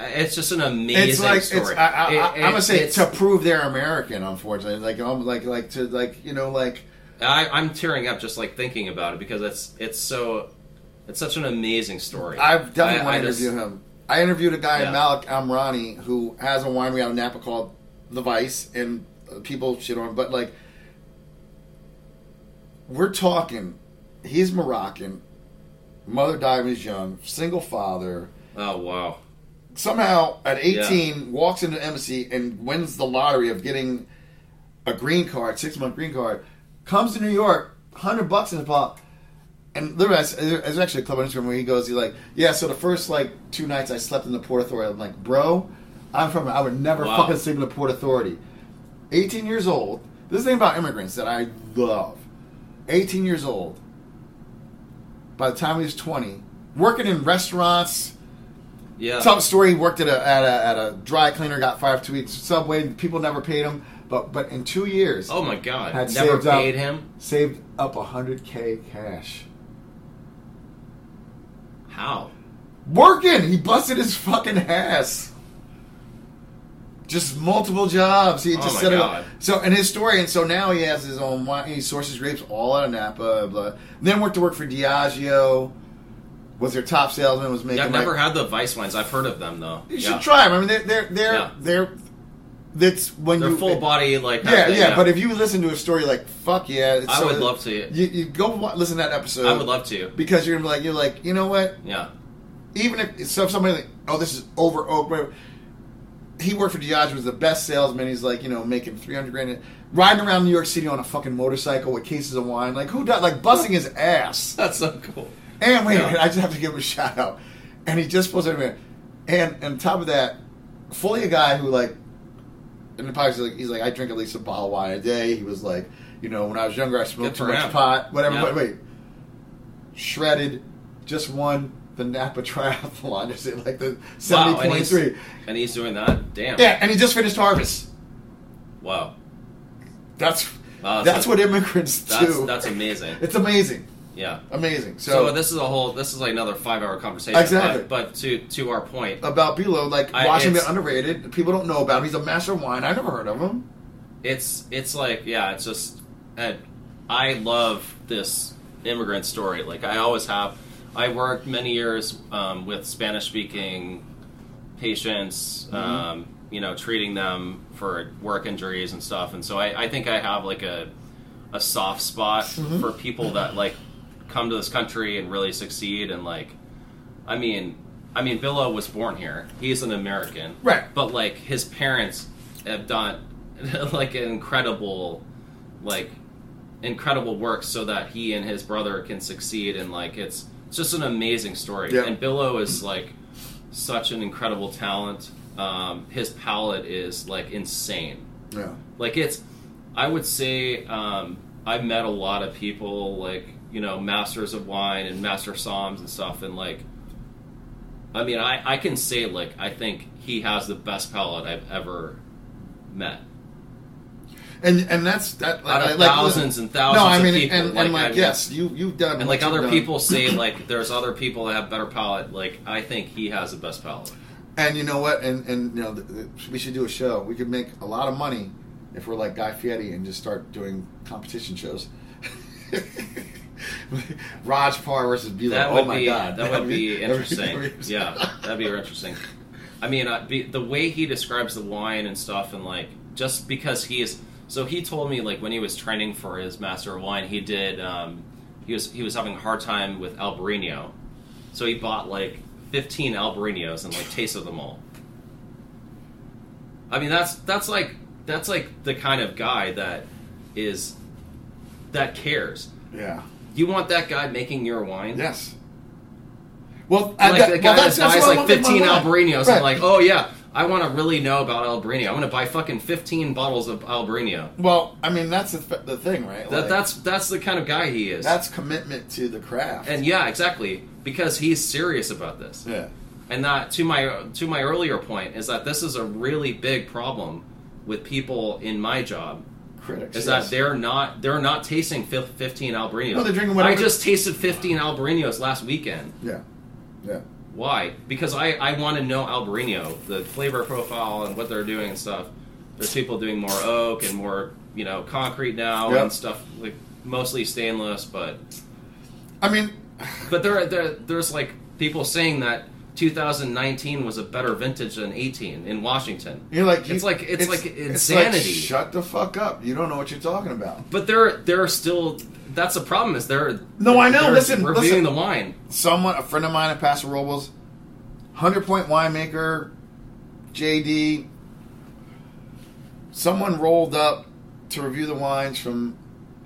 it's just an amazing
it's like
story.
it's. I, I,
It-
I,
it-
am gonna say
it's-
to prove they're American. Unfortunately, like um, like like to like you know like
I, I'm tearing up just like thinking about it because it's it's so it's such an amazing story.
I've definitely
I-
want
I
to
just-
interview him. I interviewed a guy
Yeah.
Malik Amrani who has a winery out of Napa called The Vice, and people shit on. him, But like, we're talking. He's Moroccan. Mother died when he was young. Single father.
Oh wow!
somehow at 18 walks into embassy and wins the lottery of getting a green card, six month green card, comes to New York, hundred bucks in his pocket. And literally, I s- there's actually a club on Instagram where he goes, he's like, yeah. So the first like two nights I slept in the Port Authority. I'm like, bro, I'm from. I would never
Wow.
fucking sleep in the Port Authority. 18 years old. This is the thing about immigrants that I love. 18 years old. By the time he was 20, working in restaurants,
Yeah,
Top story. He worked at a, at a at a dry cleaner, got fired for two weeks. Subway. People never paid him, but but in two years,
oh my god!
Had
Never
saved up.
paid him.
saved up hundred k cash.
How?
Working. He busted his fucking ass. Just multiple jobs. He
Oh
just
my
set it
God.
up. So and his story, and so now he has his own. wine- He sources grapes all out of Napa. Blah. blah. Then worked to work for Diageo. Was their top salesman. Was making.
Yeah, I've
like-
never had the Vice wines. I've heard of them though.
You
yeah.
should try them. I mean, they're they're they're,
Yeah.
they're that's when
They're
you
full body like.
Yeah,
they-
yeah, but if you listen to a story like "fuck yeah," it's
I
so-
would love to.
You, you go wa- listen to that episode.
I would love to.
because you're gonna be like you're like you know what?
Yeah.
Even if so, if somebody like oh this is over oak. whatever." He worked for Diageo, was the best salesman. He's like you know making three hundred grand, riding around New York City on a fucking motorcycle with cases of wine. Like who does? Like busting his ass.
That's so cool.
And wait, a
Yeah.
minute, I just have to give him a shout out. And he just posted a minute. And and on top of that, fully a guy who like in the podcast, he's like, he's like, I drink at least a bottle of wine a day. He was like, you know, when I was younger, I smoked
Good
too
for
much
him.
pot, whatever.
Yeah.
But wait, shredded, just won the Napa Triathlon. Is it like the seventy
Wow, and
point
he's,
three?
and he's doing that. Damn.
Yeah, and he just finished harvest.
Wow.
That's
Wow,
that's
so-
what immigrants
That's
do.
that's amazing.
it's amazing,
Yeah.
amazing.
So,
So,
this is a whole. This is like another five-hour conversation.
Exactly.
But, but to to our point,
about Bilo, like
I-
watching him
it's-
get underrated. People don't know about him. He's a master of wine. I never heard of him.
it's it's like yeah, it's just. And I love this immigrant story. Like I always have. I worked many years um, with Spanish-speaking patients. Um, you know, treating them for work injuries and stuff. And so I, I think I have like a a soft spot for people that like come to this country and really succeed and like I mean I mean Billow was born here. He's an American.
Right.
But like his parents have done like an incredible like incredible work so that he and his brother can succeed and like it's it's just an amazing story.
Yeah.
And Billow is like such an incredible talent. Um, his palate is like insane
Yeah.
like it's i would say um, i've met a lot of people like you know masters of wine and master psalms and stuff and like i mean i, I can say like i think he has the best palate i've ever met
And and that's that.
Out of thousands and thousands
No, I
of
mean,
people,
and, and like,
like, I mean-
yes, you you've done
and like
what you've
other
done.
people say like there's other people that have better palate like i think he has the best palate
And you know what? And and you know, th- th- we should do a show. We could make a lot of money if we're like Guy Fieri and just start doing competition shows. Raj Parr versus Bela.
That
oh
would
my
be
god,
that would be
that'd be-
interesting. yeah, that'd be interesting. I mean, uh, be, the way he describes the wine and stuff, and like just because he is. So he told me like when he was training for his master of wine, he did. Um, he was he was having a hard time with Albarino, so he bought like fifteen Albarinos and like tasted them all. I mean, that's that's like that's like the kind of guy that is that cares.
yeah.
You want that guy making your wine?
Yes. Well, I-
like
that-
the
well,
guy
that's,
that
that's what
buys
I
like
want with my
15
wine.
Albarinos.
Right.
I'm like, oh yeah, I want to really know about Albarino. I'm going to buy fucking 15 bottles of Albarino.
well, I mean, that's the, th- the thing, right?
That,
Like,
that's that's the kind of guy he is.
that's commitment to the craft.
and yeah, exactly, because he's serious about this.
yeah,
And that to my to my earlier point is that this is a really big problem with people in my job
critics.
is
yes.
that they're not they're not tasting fif- 15 Albarinos.
No, they're drinking whatever-
I just tasted 15 Albarinos last weekend.
Yeah, yeah.
Why? Because I, I want to know Albarino, the flavor profile and what they're doing and stuff. There's people doing more oak and more, you know, concrete now
Yep.
and stuff like mostly stainless, but
I mean,
but there, there there's like people saying that 2019 was a better vintage than 18 in Washington.
you're like
It's
you-
like- it's like insanity.
shut the fuck up! You don't know what you're talking about.
But there there are still that's the problem is they're
No, I know.
they're
Listen,
reviewing
listen.
the wine.
Someone, a friend of mine at Paso Robles, hundred point winemaker, JD. Someone rolled up to review the wines from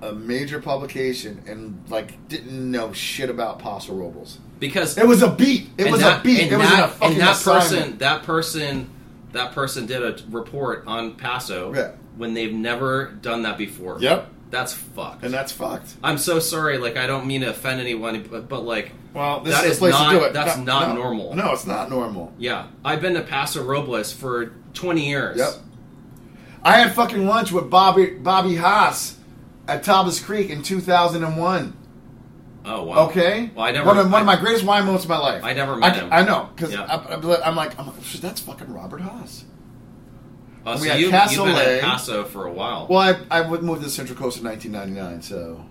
a major publication and like didn't know shit about Paso Robles.
Because
It was a beat. It
And
was
that-
a beat.
and
It was
that,
a fucking
and that person,
assignment.
that person, that person did a report on Paso
Yeah.
when they've never done that before.
Yep.
that's fucked.
and that's fucked.
I'm so sorry. Like I don't mean to offend anyone, but, but like,
Well, this
That
is
is
the place
not-
to do it.
that's not
no.
normal.
No, it's not normal.
yeah, I've been to Paso Robles for 20 years.
Yep. I had fucking lunch with Bobby Bobby Haas at Thomas Creek in 2001.
Oh wow.
Okay,
Well, I never.
one of, one of
I-
my greatest wine moments of my life.
I never met
I,
him.
I know because
Yeah.
I'm like I'm like "Shit, that's fucking Robert Haas.
Oh, so
we had
you, have been
Cassoulet.
at Paso for a while.
Well, I I would move to the Central Coast in 1999, so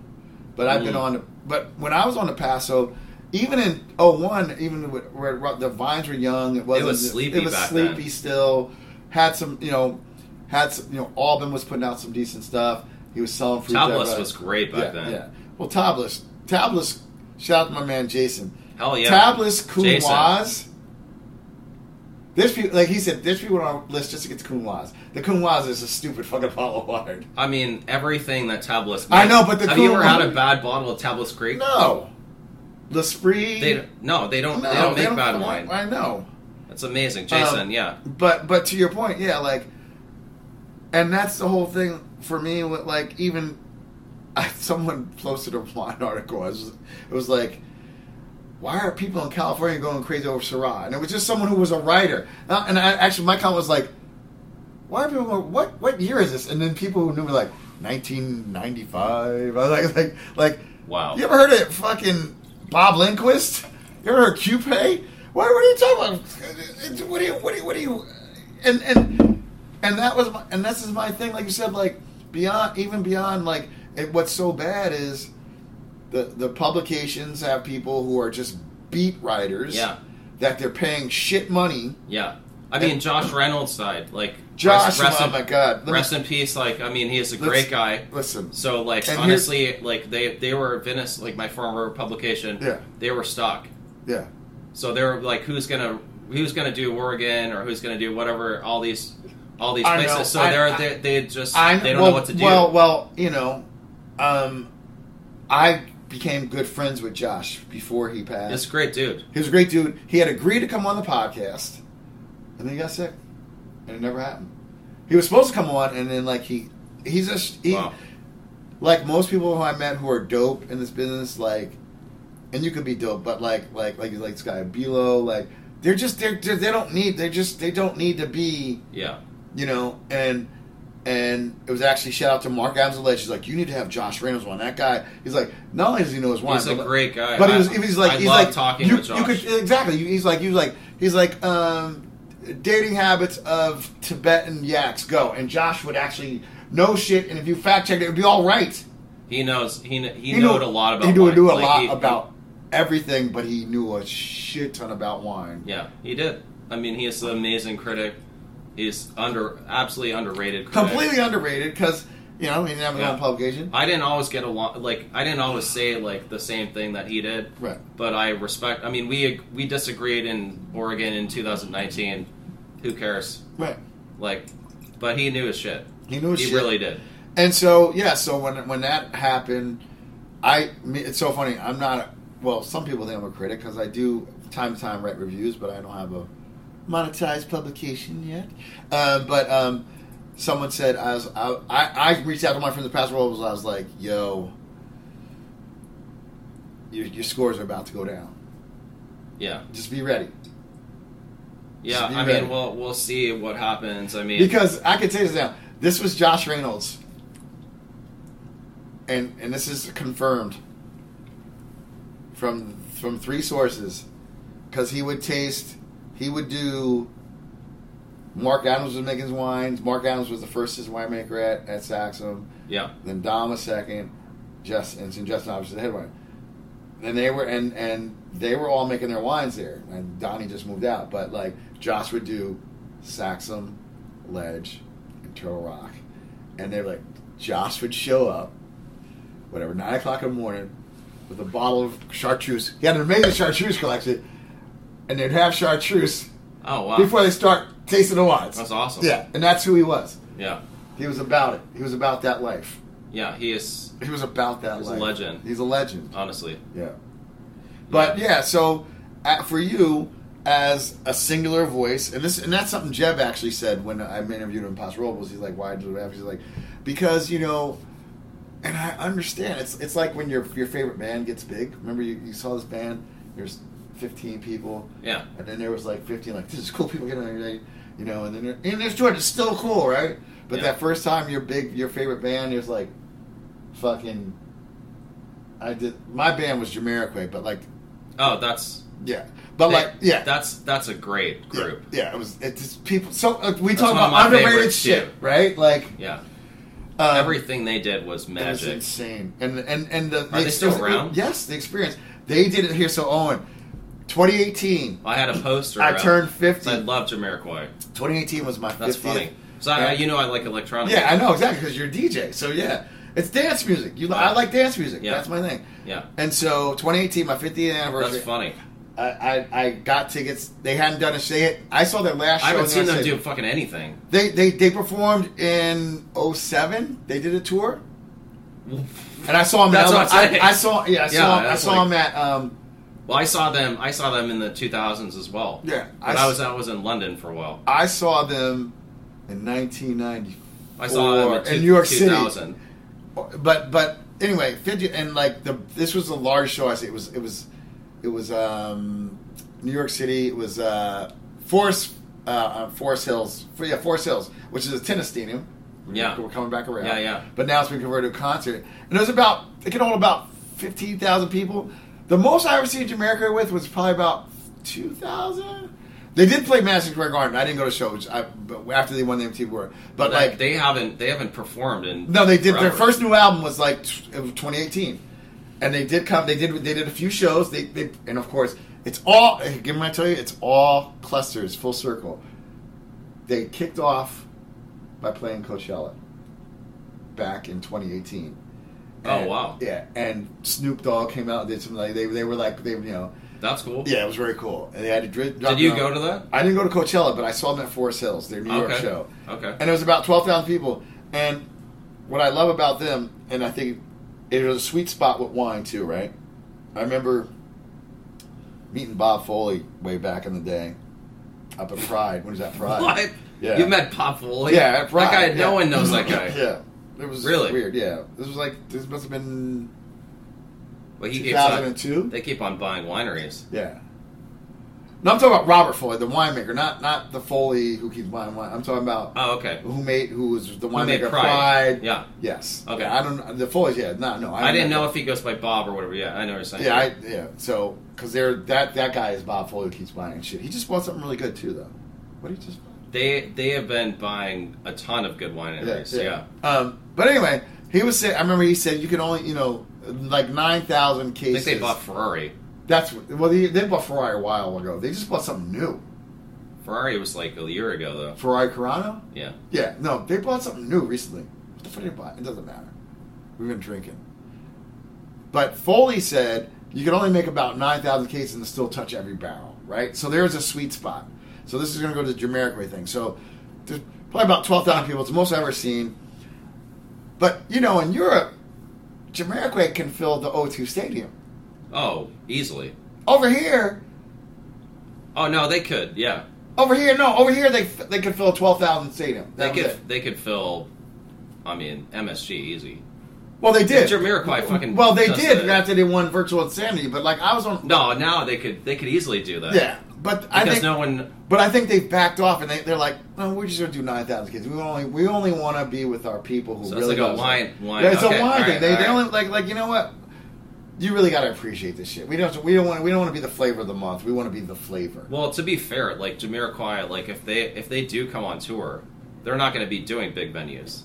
but I've been
Mm.
on. But when I was on the Paso, even in 01, even with- where the vines were young, it wasn't.
was sleepy
It was
back
sleepy
then.
still. Had some, you know, had some, you know, Albin was putting out some decent stuff. He was selling fruit.
Tablas
that-
was great
yeah,
back then.
Yeah. Well, Tablas, Tablas, shout out to my man Jason.
Hell yeah.
Tablas
Jason.
Kunwaz. There's people, like he said, there's people on our list just to get to Kunwaz. The Kunwaz is a stupid fucking hollow wired.
I mean, everything that Tablas.
I know, but the
have you
cool-
ever had a bad bottle of Tablas Creek?
No. L'Esprit.
They no, they don't.
No,
they don't
they
make bad
I-
wine.
I know.
That's amazing, Jason.
Um,
yeah,
But but to your point, yeah, like, and that's the whole thing for me. With like even, I, someone posted a wine article. I was, it was like, why are people in California going crazy over Syrah? And it was just someone who was a writer. Uh, And I, actually, my comment was like, why are people going? What what year is this? And then people who knew were like 1995. I was like like like
Wow.
You ever heard of fucking Bob Lindquist? You ever heard of Cupay? What, what are you talking about? What do you what do you what do you? And and and that was my, and this is my thing. Like you said, like beyond even beyond like it, what's so bad is the the publications have people who are just beat writers.
Yeah.
That they're paying shit money.
yeah. I mean,
and-
Josh Reynolds died. Like
Josh, oh
in,
my god, Let me-
rest in peace. Like, I mean, he is a
let's-
great guy.
Listen,
So, like,
And here's-
honestly, like they they were Venice, like my former publication.
Yeah.
they were stock.
yeah,
So they're like, who's gonna who's gonna do Oregon or who's gonna do whatever? All these all these
I know.
places. So
I-
they're
I-
they, they just
I
they don't
well,
know what to do.
Well, well, you know, um, I became good friends with Josh before he passed.
it's a great, dude.
He was a great dude. He had agreed to come on the podcast, and then he got sick, and it never happened. He was supposed to come on, and then like he, he's just he,
Wow.
like most people who I met who are dope in this business, like, and you could be dope, but like like like like this guy Bilo, like they're just they're, they're they don't need they just they don't need to be
Yeah,
you know, and and it was actually shout out to Mark Adams of Ledge. He's like, you need to have Josh Reynolds on that guy. He's like, not only does he know his wine,
He's a
but-
great guy.
But he
I-
was, he's like,
I
he's
love
like
talking
you,
with
you could
Josh.
exactly. You, he's like, he's like, he's like, um, dating habits of Tibetan yaks. Go, and Josh would actually no shit, and if you fact checked it, it'd be all right.
He knows. He kn- he, knowed a lot about.
He knew,
wine.
knew a
Like,
lot
he-
about everything, but he knew a shit ton about wine.
Yeah, he did. I mean, he is an amazing critic. He's under absolutely underrated. Critic.
Completely underrated because you know he didn't have his
Yeah.
own publication.
I didn't always get along. Like I didn't always say like the same thing that he did.
Right.
But I respect. I mean, we we disagreed in Oregon in 2019. Who cares?
Right.
Like, but he knew his shit.
He knew his
He
shit.
really did.
And so yeah, so when when that happened, I me- it's so funny. I'm not a, well. Some people think I'm a critic because I do time to time write reviews, but I don't have a monetized publication yet. Uh, but um, someone said I was I, I, I reached out to my friend the past world. I was like, yo, your, your scores are about to go down.
Yeah.
Just be ready.
Yeah.
Just be
I
ready.
mean, we'll we'll see what happens. I mean,
Because I can tell you this now. This was Josh Reynolds. And and this is confirmed from from three sources. Cause he would taste he would do Mark Adams was making his wines. Mark Adams was the first his winemaker at, at Saxum.
yeah.
Then Dom was second. Jess and St. Justin obviously the head wine. And they were and and they were all making their wines there. And Donnie just moved out, but like Josh would do Saxum, Ledge, and Turtle Rock, and they were like Josh would show up, whatever nine o'clock in the morning, with a bottle of chartreuse. He had an amazing chartreuse collection, and they'd have chartreuse
Oh wow.
before they start tasting the wines.
That's awesome.
Yeah, and that's who he was.
Yeah.
He was about it. He was about that life.
Yeah. He is
He was about that.
He's a
life.
legend. Uh,
He's a legend.
honestly.
Yeah. But yeah, so uh, for you as a singular voice, and this and that's something Jeb actually said when I interviewed him in Paso Robles. He's like, "Why do we have?" He's like, "Because you know." And I understand it's it's like when your your favorite band gets big. Remember you, you saw this band? There's 15 people,
Yeah.
and then there was like 15. Like this is cool. People getting on your day, you know. And then there- and there's Jordan. It's still cool, right? But
Yeah.
that first time your big your favorite band, there's like fucking. I did my band was Jamiroquai, but like
Oh, that's.
yeah, but
they-
like yeah,
That's that's a great
yeah,
group.
Yeah, it was it's just people. So uh, we
That's
talk
one of
about
my
underrated
favorites,
shit,
too.
right? Like
Yeah.
um,
Everything they did
It was
was magic.
insane. And and and the, the
they still
experience-
around?
Yes, the experience they did it here. So Owen, 2018,
I had a poster.
I
up.
turned 50.
I love Jamiroquai.
2018 was my
That's
50th.
funny. So I, you know I like electronic.
Yeah, I know exactly because you're a DJ. So yeah, it's dance music. You, I like dance music.
Yeah.
That's my thing.
Yeah.
And so 2018, my 50th anniversary.
That's funny.
I, I, I got tickets. They hadn't done a show. I saw their last show.
I haven't
in
seen them
United
do
States.
fucking anything.
They, they they performed in 07. They did a tour,
Well,
and I saw them.
That's
at,
what I'm
I,
saying.
I saw yeah I
Yeah,
saw I
that's
saw
like-
them at um
I saw them. I saw them in the 2000s as well.
Yeah, I
But
s-
I, was I was in London for a while.
I saw them in 1994.
I saw them in, two-
in New York City.
2000.
But but anyway, 50 and like the this was a large show. I say it was it was it was um New York City. It was uh Forest uh, uh Forest Hills yeah Forest Hills, which is a tennis stadium.
Yeah.
we're coming back around.
Yeah, yeah.
But now it's been converted to a concert, and it was about it could hold about fifteen thousand people. The most I ever seen Jamaica with was probably about two thousand. They did play Madison Square Garden. I didn't go to shows. I, but after they won the MTV Award, but
Like,
like
they haven't they haven't performed in
no, they did their
forever.
first new album was like t- it was 2018, and they did come. They did they did a few shows. They, they and of course it's all. Give me I tell you, it's all clusters, full circle. They kicked off by playing Coachella back in 2018.
Oh,
And-
wow.
Yeah, and Snoop Dogg came out and did some like they they were like they you know
That's cool.
yeah it was very cool. And they had a dr-
Did you go to that?
I didn't go to Coachella, but I saw them at Forest Hills, their New York
okay.
show
Okay.
and it was about 12,000 people. And what I love about them, and I think it was a sweet spot with wine too, right? I remember meeting Bob Foley way back in the day up at Pride. When was that Pride?
What?
Yeah.
You met Pop Foley?
Yeah, at Pride.
That guy.
yeah.
No one knows that guy.
yeah. It was
Really?
weird. Yeah. This was like, this must have been
But he keeps on,
2002.
They keep on buying wineries.
Yeah. No, I'm talking about Robert Foley, the winemaker, not not the Foley who keeps buying wine. I'm talking about
Oh, okay.
who made who was the
Who made
winemaker of
Pride?
Pride.
Yeah.
Yes.
Okay.
Yeah, I don't. The Foley's. Yeah. No. No.
I, didn't know if he goes by Bob or whatever. Yeah, I know what you're saying.
Yeah. I, yeah. So because they're that that guy is Bob Foley who keeps buying shit. He just bought something really good too, though. What did he just buy?
They they have been buying a ton of good wine wineries. Yeah, yeah.
Um, but anyway, he was saying. I remember he said you can only you know like nine thousand
I
cases.
think they bought Ferrari.
That's what- well, they, they bought Ferrari a while ago. They just bought something new.
Ferrari was like a year ago though.
Ferrari Carano.
Yeah.
Yeah, no, they bought something new recently. What the fuck did they buy? It doesn't matter. We've been drinking. But Foley said you can only make about 9,000 cases and still touch every barrel, right? So there's a sweet spot. So this is going to go to the generic way thing. So there's probably about 12,000 people. It's the most I've ever seen. But, you know, in Europe, generic way can fill the O2 stadium.
Oh, easily.
Over here,
Oh no, they could. Yeah,
over here, no, over here they f- they could fill a 12,000 stadium.
they
That was
could.
it.
They could fill. I mean, MSG easy.
Well, they did.
Jamiroquai fucking
Well, they
does
did
the-
after they won Virtual Insanity, but like I was on.
No, now they could. They could easily do that.
Yeah, but I
because
think.
no one.
But I think they backed off and they, they're like, no, we're just gonna do nine thousand kids. We only we only want to be with our people who
So it's
really
like a
loves
wine-
it.
wine-
Yeah, it's
okay,
a wine
all
thing.
right,
they
all
they
right.
only like like you know what. You really gotta appreciate this shit. We don't we don't want we don't want to be the flavor of the month. We want to be the flavor.
Well, to be fair, like Jamiroquai, like if they if they do come on tour, they're not going to be doing big venues.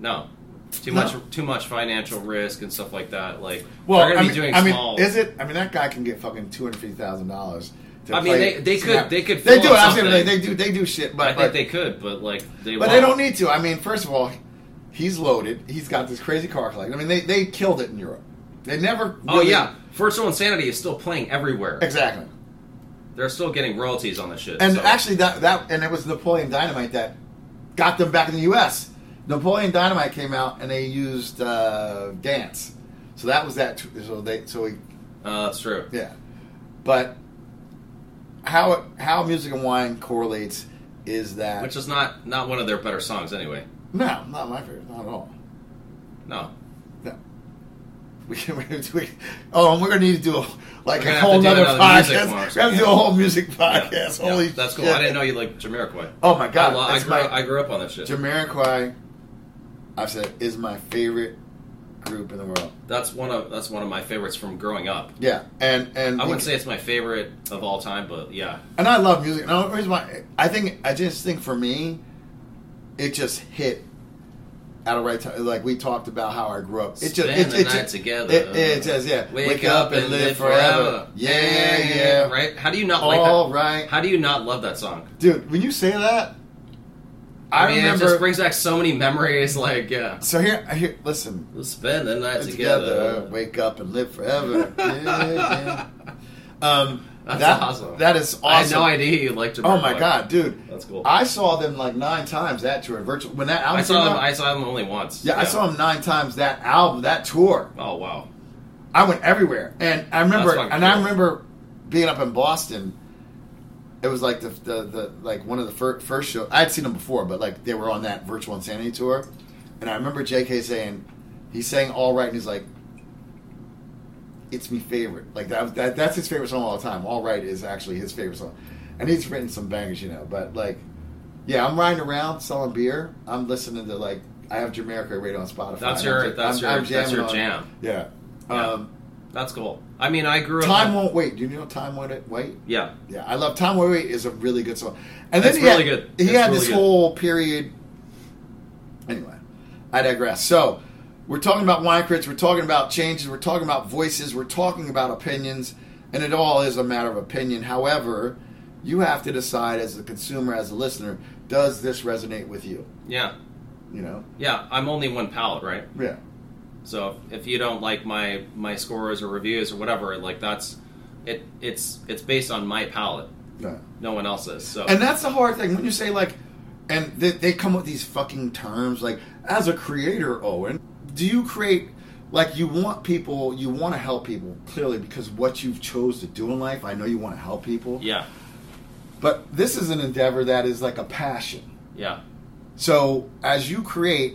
no, too
No.
much too much financial risk and stuff like that. Like
Well,
they're
I
going to
mean,
be doing
I mean,
small.
is it? I mean, that guy can get fucking two hundred fifty thousand dollars.
I mean, they- they could- they could
They
fill
do.
up
it. I'm saying they,
something.
they do. They do shit. But
I
but-
think they could, but like they.
But
won't.
they don't need to. I mean, first of all, he's loaded. He's got this crazy car collection. I mean, they, they killed it in Europe. They never.
Oh
really-
yeah, Virtual Insanity is still playing everywhere.
exactly.
They're still getting royalties on the shit.
And
so-
actually, that that and it was Napoleon Dynamite that got them back in the U.S. Napoleon Dynamite came out and they used uh, dance. So that was that. tw- So they so we
uh, that's true.
yeah, but how it, how music and wine correlates is that
Which is not not one of their better songs anyway.
no, not my favorite, not at all.
No.
No. We can, we, we, oh, and we're gonna need to do a, like
We're
a
gonna
whole
have to
nother
do another music
podcast.
one or
We have to do a
something.
whole music
Yeah.
podcast.
Yeah.
Holy,
that's cool.
Shit.
I didn't know you liked Jamiroquai.
Oh my god,
I, lo- I
that's
grew,
my
I grew up on this shit.
Jamiroquai. I've said is my favorite group in the world.
that's one of that's one of my favorites from growing up.
Yeah, and and
I wouldn't say it's my favorite of all time, but yeah,
and I love music. And the only reason why I think I just think for me, it just hit at a right time. Like we talked about how I grew up. It just
Spend
it,
the
it
night
just,
together.
It, it just yeah.
wake, up, and live forever.
Yeah, yeah.
Right? How do you not like
All
that?
right.
How do you not love that song?
Dude, when you say that, I,
mean,
remember.
it just brings back so many memories. Like, yeah,
so here, here, listen.
We'll spend the night
Together,
together.
wake up and live forever. Yeah, yeah. Um,
That's
that-
awesome.
That is awesome.
I had no idea you liked.
Oh
Jamiroquai.
my god, dude!
That's cool.
I saw them like nine times that tour. Virtual when that album.
I
came
saw him.
out-
I saw him only once.
yeah, I saw them nine times that album, that tour.
Oh wow.
I went everywhere, and I remember,
That's fucking
and I
cool.
remember being up in Boston. It was like the the, the like one of the fir- first show I'd seen them before, but like they were on that virtual insanity tour, and I remember J.K. saying he sang all right, and he's like, "It's me favorite." Like that, was- that that's his favorite song of all time. All right is actually his favorite song, and he's written some bangers, you know. But like, yeah, I'm riding around selling beer. I'm listening to like I have Jamaica radio on Spotify.
That's
and I'm
your-
j-
that's your- that's
jamming
your
on-
jam.
Yeah.
Yeah.
Um,
That's cool. I mean, I grew up.
Time won't wait. Do you know Time won't wait?
Yeah.
Yeah, I love Time won't wait is a really good song. And then
It's
he
really
had,
good.
He
It's
had
really
this
good.
whole period. Anyway, I digress. So we're talking about wine critics. We're talking about changes. We're talking about voices. We're talking about opinions, and it all is a matter of opinion. However, you have to decide as a consumer, as a listener, does this resonate with you?
Yeah.
You know.
Yeah. I'm only one palate, right?
Yeah.
So if you don't like my my scores or reviews or whatever, like that's it. It's it's based on my palate.
Yeah.
No one else's. So
And that's the hard thing when you say like, and they, they come with these fucking terms like, as a creator, Owen, do you create like you want people, you want to help people clearly because what you've chose to do in life, I know you want to help people,
yeah,
but this is an endeavor that is like a passion.
yeah.
So as you create,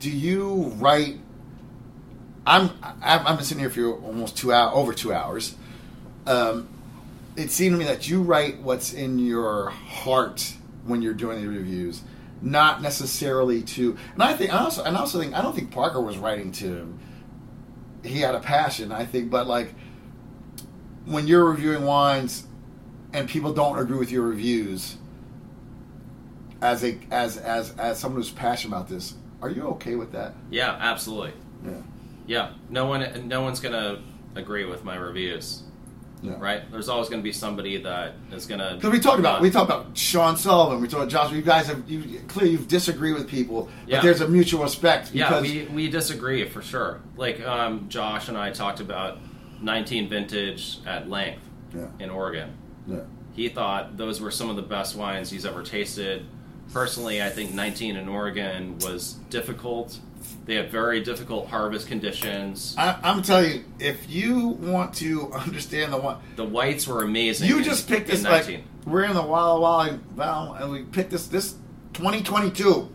do you write? I'm I've, I've been sitting here for almost two hour over two hours. Um, it seemed to me that you write what's in your heart when you're doing the reviews, not necessarily to. And I think I also and I also think I don't think Parker was writing to. He had a passion, I think, but like when you're reviewing wines and people don't agree with your reviews, as a as as as someone who's passionate about this, are you okay with that?
Yeah, absolutely.
Yeah.
Yeah, no one, no one's gonna agree with my reviews,
Yeah.
right? There's always gonna be somebody that is gonna.
Because we talked about we talked about Sean Sullivan, we talked about Josh. You guys have you clearly you've disagreed with people, but
Yeah.
there's a mutual respect
Yeah,
because
we, we disagree for sure. Like um, Josh and I talked about 19 vintage at length
Yeah.
in Oregon.
yeah.
He thought those were some of the best wines he's ever tasted. Personally, I think 19 in Oregon was difficult. They have very difficult harvest conditions.
I, I'm telling you, if you want to understand the one,
The whites were amazing.
you
in-
just picked
in
this like
19.
we're in the Walla Walla Val, and we picked this this 2022.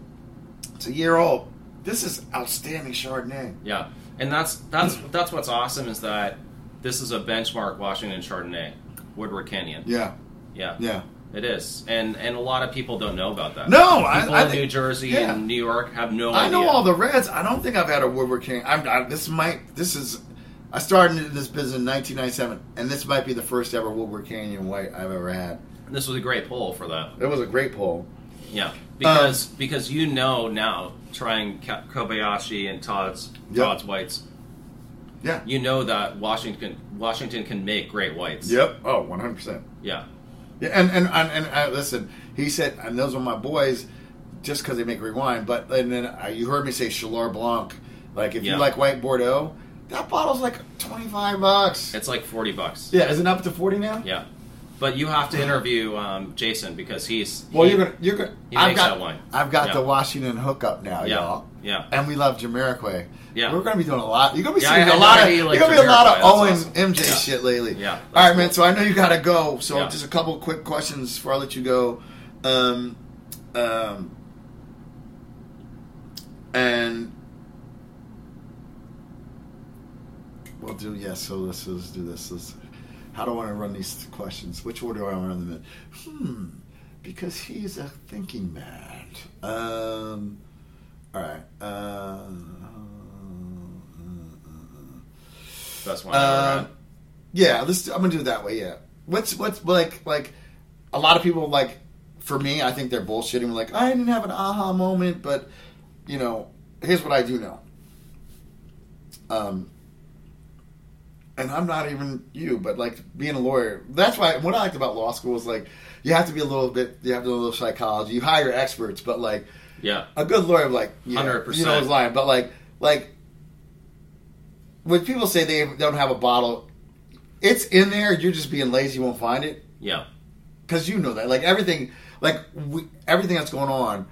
It's a year old. This is outstanding Chardonnay.
Yeah, and that's that's that's what's awesome is that this is a benchmark Washington Chardonnay, Woodward Canyon.
Yeah,
Yeah,
yeah.
it is, and and a lot of people don't know about that.
No, I,
people
I
in
think-
New Jersey
yeah.
and New York have no
I
idea.
know all the reds. I don't think I've had a Woodward King. I'm, I, this might. This is. I started in this business in 1997, and this might be the first ever Woodward Canyon white I've ever had.
This was a great poll for that.
It was a great poll. Um,
Yeah, because because you know now trying Ka- Kobayashi and Todd's
Yep.
Todd's whites,
Yeah.
you know that Washington Washington can make great whites.
Yep. Oh, 100. percent
Yeah.
Yeah, and and and, and uh, listen, he said, and those were my boys, just because they make great wine. But and then uh, you heard me say Chalar Blanc. Like if
Yeah.
you like white Bordeaux, that bottle's like 25 bucks.
It's like forty bucks.
yeah, is it up to 40 now?
Yeah. But you have to interview um, Jason because he's
Well,
he-
you're gonna you're gonna.
he
I've
makes
got
that wine.
I've got
Yeah.
the Washington hookup now,
Yeah.
y'all.
Yeah.
And we love Jamiroquai.
Yeah.
We're gonna be doing a lot. You're gonna be
Yeah, I
seeing
had
a lot
no
of
idea, like,
you're gonna be a lot of
Jamiroquai,
Owen
that's awesome.
MJ
Yeah.
shit lately.
Yeah,
All
that's
right, man.
cool.
So I know you gotta go. So
Yeah.
just a couple quick questions before I let you go. Um, um, and we'll do yes. so let's, let's do this. Let's, how do I want to run these questions? Which order do I want to run them in? Hmm, because he's a thinking man. Um, all right. Uh,
best wine. I've ever
uh,
had.
yeah, let's. Do, I'm gonna do it that way. Yeah. What's what's like like a lot of people like for me. I think they're bullshitting. Like I didn't have an aha moment, but you know, here's what I do know. Um. And I'm not even you, but like being a lawyer. That's why what I liked about law school is like you have to be a little bit, you have to know a little psychology. You hire experts, but like
Yeah.
a good lawyer, like you know,
100%.
you know, is lying. But like, like when people say they don't have a bottle, it's in there. You're just being lazy. You won't find it
Yeah.
because you know that. Like everything, like we, everything that's going on,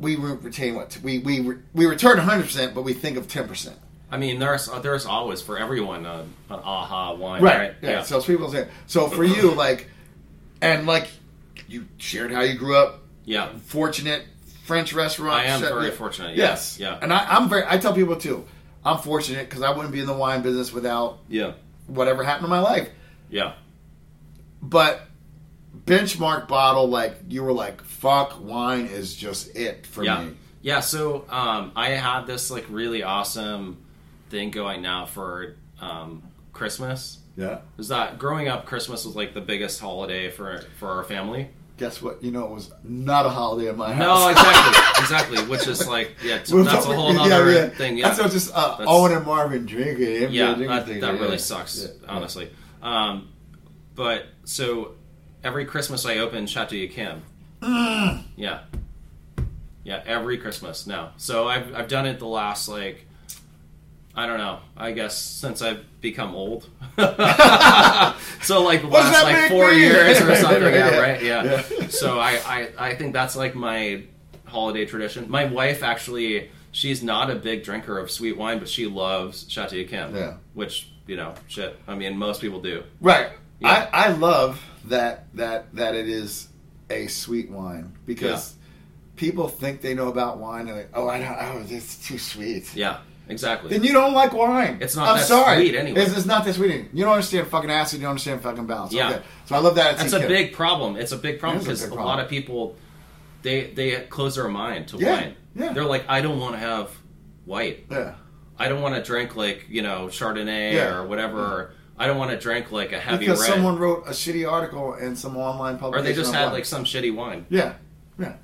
we re- retain what we we re- we return 100, percent but we think of 10. percent
I mean, there's uh, there's always for everyone a, an aha wine, right?
Right. Yeah. So it's people say. So for you, like, and like, you shared how you grew up.
Yeah.
fortunate French restaurant.
I am
chef-
very fortunate, yes. Yeah.
And I, I'm very. I tell people too. I'm fortunate because I wouldn't be in the wine business without
yeah,
whatever happened in my life.
yeah,
But benchmark bottle, like you were like, fuck, wine is just it for
yeah,
me.
yeah. So um, I had this like really awesome thing going now for um, Christmas.
Yeah.
Is that growing up? Christmas was like the biggest holiday for for our family.
Guess what? You know, it was not a holiday in my house.
No, exactly, exactly. Which is like yeah, t-
We're
that's a
talking-
whole other
yeah.
thing. Yeah,
That's not just uh,
That's-
Owen and Marvin drinking. MJ
yeah,
drinking
that,
thing,
that
yeah.
really sucks,
Yeah.
honestly. Um, but so every Christmas I open Chateau Kim.
Mm.
Yeah, yeah, every Christmas now. So I've I've done it the last like I don't know. I guess since I've become old, so like the
What does that
last like
make
four
me?
years or something.
Yeah.
Yeah, right. Yeah.
Yeah.
So I, I I think that's like my holiday tradition. My wife actually she's not a big drinker of sweet wine, but she loves Chateau Kim.
Yeah.
Which you know, shit. I mean, most people do.
Right.
Yeah.
I, I love that that that it is a sweet wine because people think they know about wine and like, oh, I don't, oh, it's too sweet.
Yeah. Exactly.
Then you don't like wine.
It's not
I'm
that
sorry.
sweet anyway.
It's, it's not that sweet. Anyway. You don't understand fucking acid. You don't understand fucking balance.
Yeah.
Okay. So I love that.
That's a big problem. It's a big problem
It is
because
a
a,
big
lot
problem.
of people they they close their mind to
Yeah,
wine.
yeah.
They're like, I don't want to have white.
Yeah.
I don't want to drink like you know Chardonnay
Yeah.
or whatever. Or I don't want to drink like a heavy
Because
red.
someone wrote a shitty article in some online
or
publication.
they just
on
had
wine.
like some shitty wine.
Yeah. Yeah.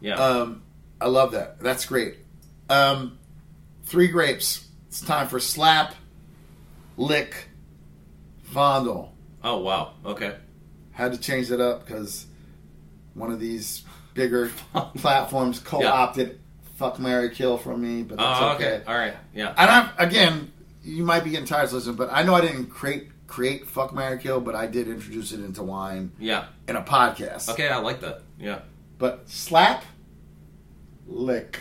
Yeah.
Um, I love that. That's great. Um, three grapes. It's time for slap, lick, fondle.
oh wow. Okay.
Had to change it up because one of these bigger platforms co-opted "fuck, Mary kill" from me, but that's
Oh,
okay.
okay. All right. Yeah.
And I've again, you might be getting tired of listening, but I know I didn't create create "fuck, Mary kill," but I did introduce it into wine
Yeah.
in a podcast.
Okay. I like that. Yeah.
But slap, lick,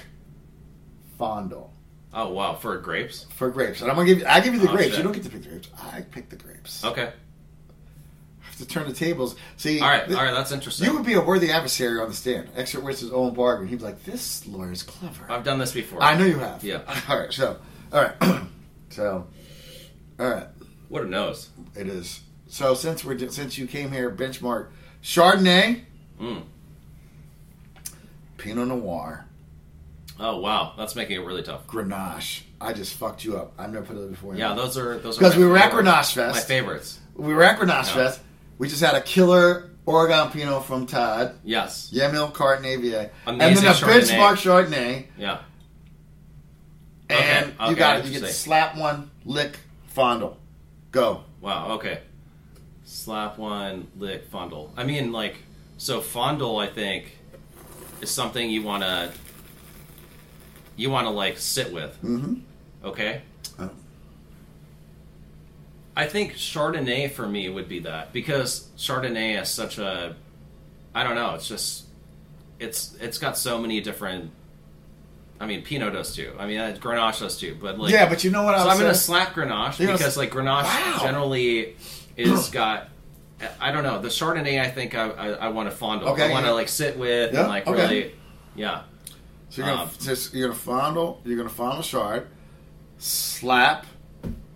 fondle
Oh wow. For grapes.
for grapes. And I'm gonna give you. I give you the
Oh,
grapes.
shit.
You don't get to pick the grapes. I pick the grapes.
Okay.
I have to turn the tables. See.
All right.
th-
All right. That's interesting.
You would be a worthy adversary on the stand. Expert witness his own bargain. He'd be like, "This lawyer's clever."
I've done this before.
I know you have.
Uh, Yeah.
All right. So. All right. so. All right.
What a nose.
It is. So since we're since you came here, benchmark Chardonnay,
Mm.
Pinot Noir,
Oh wow. That's making it really tough.
Grenache. I just fucked you up. I've never put it before. in
Yeah.
my
Those are those are
Because
my
we were at
favorites.
Grenache Fest.
My favorites.
We were at Grenache
Yeah.
Fest. We just had a killer Oregon Pinot from Todd,
Yes.
Yamil Carton AVA, and then a
Amazing Chardonnay.
benchmark Chardonnay.
Yeah.
And
Okay,
you
okay,
got it. You get to
interesting.
slap one, lick, fondle. Go.
Wow. Okay. Slap one, lick, fondle. I mean, like, so fondle, I think, is something you wanna, you wanna like sit with.
Mm-hmm.
Okay.
Oh.
I think Chardonnay for me would be that because Chardonnay is such a, I don't know. It's just, it's it's got so many different. I mean, Pinot does too. I mean, uh, Grenache does too. But like,
yeah, but you know what
so
I was
I'm gonna
saying?
slap Grenache
You're gonna
because
s-
like Grenache
Wow.
generally is got. I don't know the Chardonnay. I think I I, I want to fondle.
Okay,
I want to
yeah.
like sit with
Yeah,
and like
okay.
really, yeah,
So you're gonna
um,
just you're gonna fondle. You're gonna fondle Chard, slap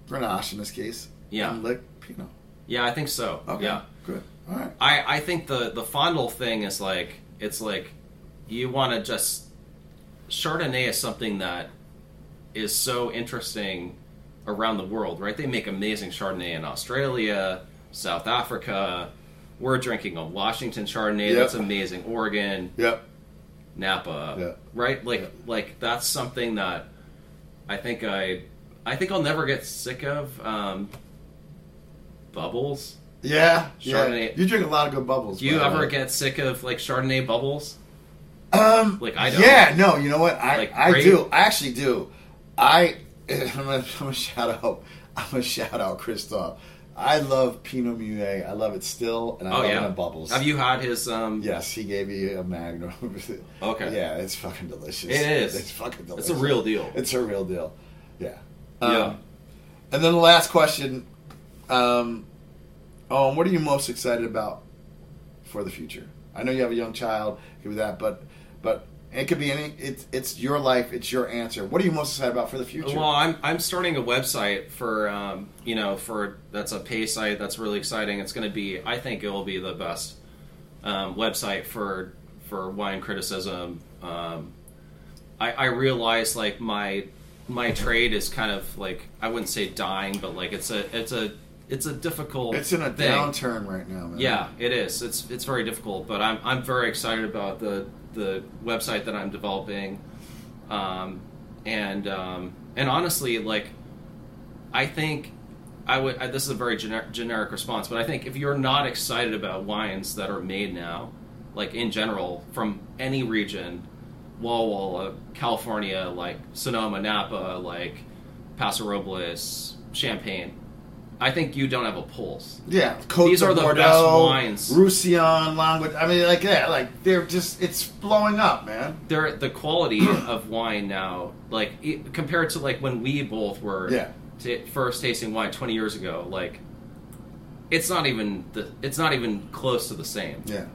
Grenache in this case.
Yeah.
And lick Pinot.
yeah. I think so.
Okay.
Yeah, Uh,
Good. All right.
I I think the the fondle thing is like it's like you want to just Chardonnay is something that is so interesting around the world, right? They make amazing Chardonnay in Australia, South Africa. We're drinking a Washington Chardonnay
Yep.
that's amazing. Oregon,
Yep.
Napa,
Yeah.
right? Like
Yeah.
like that's something that I think I I think I'll never get sick of. Um, bubbles.
Yeah. Yeah.
Chardonnay.
You drink a lot of good bubbles.
Do you
by the
ever
way.
get sick of like Chardonnay bubbles?
Um,
Like, I don't.
Yeah, no, you know what? I
Like,
I
grape?
do. I actually do. I I'm gonna, I'm gonna shout out. I'm gonna shout out Christoph. I love Pinot Muet. I love it still, and I
Oh
love it
yeah,
in bubbles.
Have you had his? um
Yes, he gave me a Magnum.
Oh, Okay.
Yeah, it's fucking delicious.
It is.
It's fucking delicious.
It's a real deal.
It's a real deal. Yeah. Um,
Yeah.
And then the last question. Um, oh, what are you most excited about for the future? I know you have a young child. It could be that, but but it could be any. It's it's your life. It's your answer. What are you most excited about for the future?
Well, I'm I'm starting a website for um, you know for that's a pay site that's really exciting. It's going to be I think it will be the best um, website for for wine criticism. Um, I, I realize like my my trade is kind of like I wouldn't say dying, but like it's a it's a it's a difficult
it's in a
thing.
downturn right now, man.
Yeah, it is. It's it's very difficult, but I'm I'm very excited about the the website that I'm developing, um, and um, and honestly, like, I think I would. I, this is a very generic, generic response, but I think if you're not excited about wines that are made now, like in general from any region, Walla Walla, California, like Sonoma, Napa, like Paso Robles, Champagne. I think you don't have a pulse.
Yeah, Cote
These
de
are the best
Bordeaux,
wines.
Roussillon, Languedoc. I mean, like yeah, like they're just it's blowing up, man.
there the quality of wine now like e- compared to like when we both were
Yeah.
ta first tasting wine 20 years ago like it's not even the it's not even close to the same
Yeah,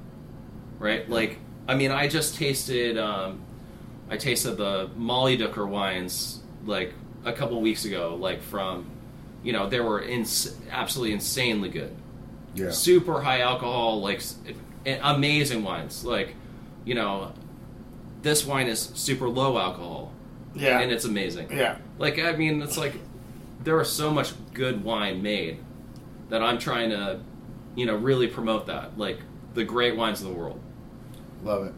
right like i mean i just tasted um i tasted the molly ducker wines like a couple weeks ago like from you know they were ins- absolutely insanely good
yeah.
super high alcohol, like s- and amazing wines. Like, you know, this wine is super low alcohol,
Yeah.
and it's amazing.
yeah.
Like, I mean, it's like there is so much good wine made that I'm trying to, you know, really promote that. Like the great wines of the world.
Love it.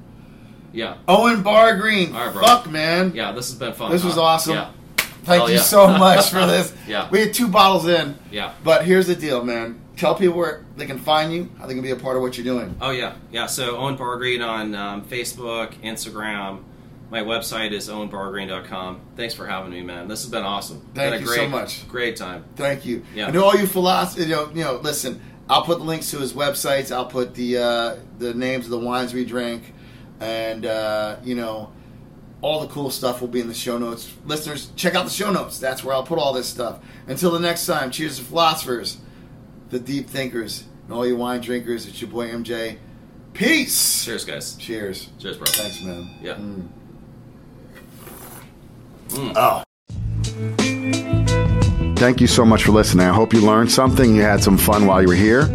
Yeah.
Owen Bar Green.
All right, bro.
Fuck, man.
Yeah, this has been fun.
This was
huh?
awesome.
Yeah.
Thank
Hell
you
yeah.
so much for this.
Yeah.
We had two bottles in.
Yeah.
But here's the deal, man. Tell people where they can find you, how they can be a part of what you're doing.
Oh yeah, yeah. So Owen Bargreen on um, Facebook, Instagram. My website is owenbargreen.com. Thanks for having me, man. This has been awesome.
Thank
been a
you so
great,
much.
Great time.
Thank you.
Yeah.
And to all you philosophers, you know, you know, listen, I'll put the links to his websites. I'll put the uh, the names of the wines we drank, and uh, you know, all the cool stuff will be in the show notes. Listeners, check out the show notes. That's where I'll put all this stuff. Until the next time, cheers to philosophers, the deep thinkers, and all you wine drinkers. It's your boy MJ. Peace.
Cheers, guys.
Cheers.
Cheers, bro.
Thanks, man.
Yeah.
Mm.
Mm.
Oh. Thank you so much for listening. I hope you learned something. You had some fun while you were here.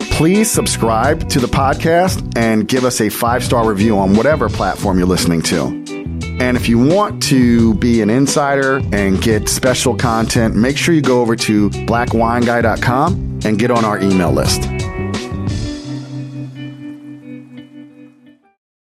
Please subscribe to the podcast and give us a five star review on whatever platform you're listening to. And if you want to be an insider and get special content, make sure you go over to blackwineguy.com and get on our email list.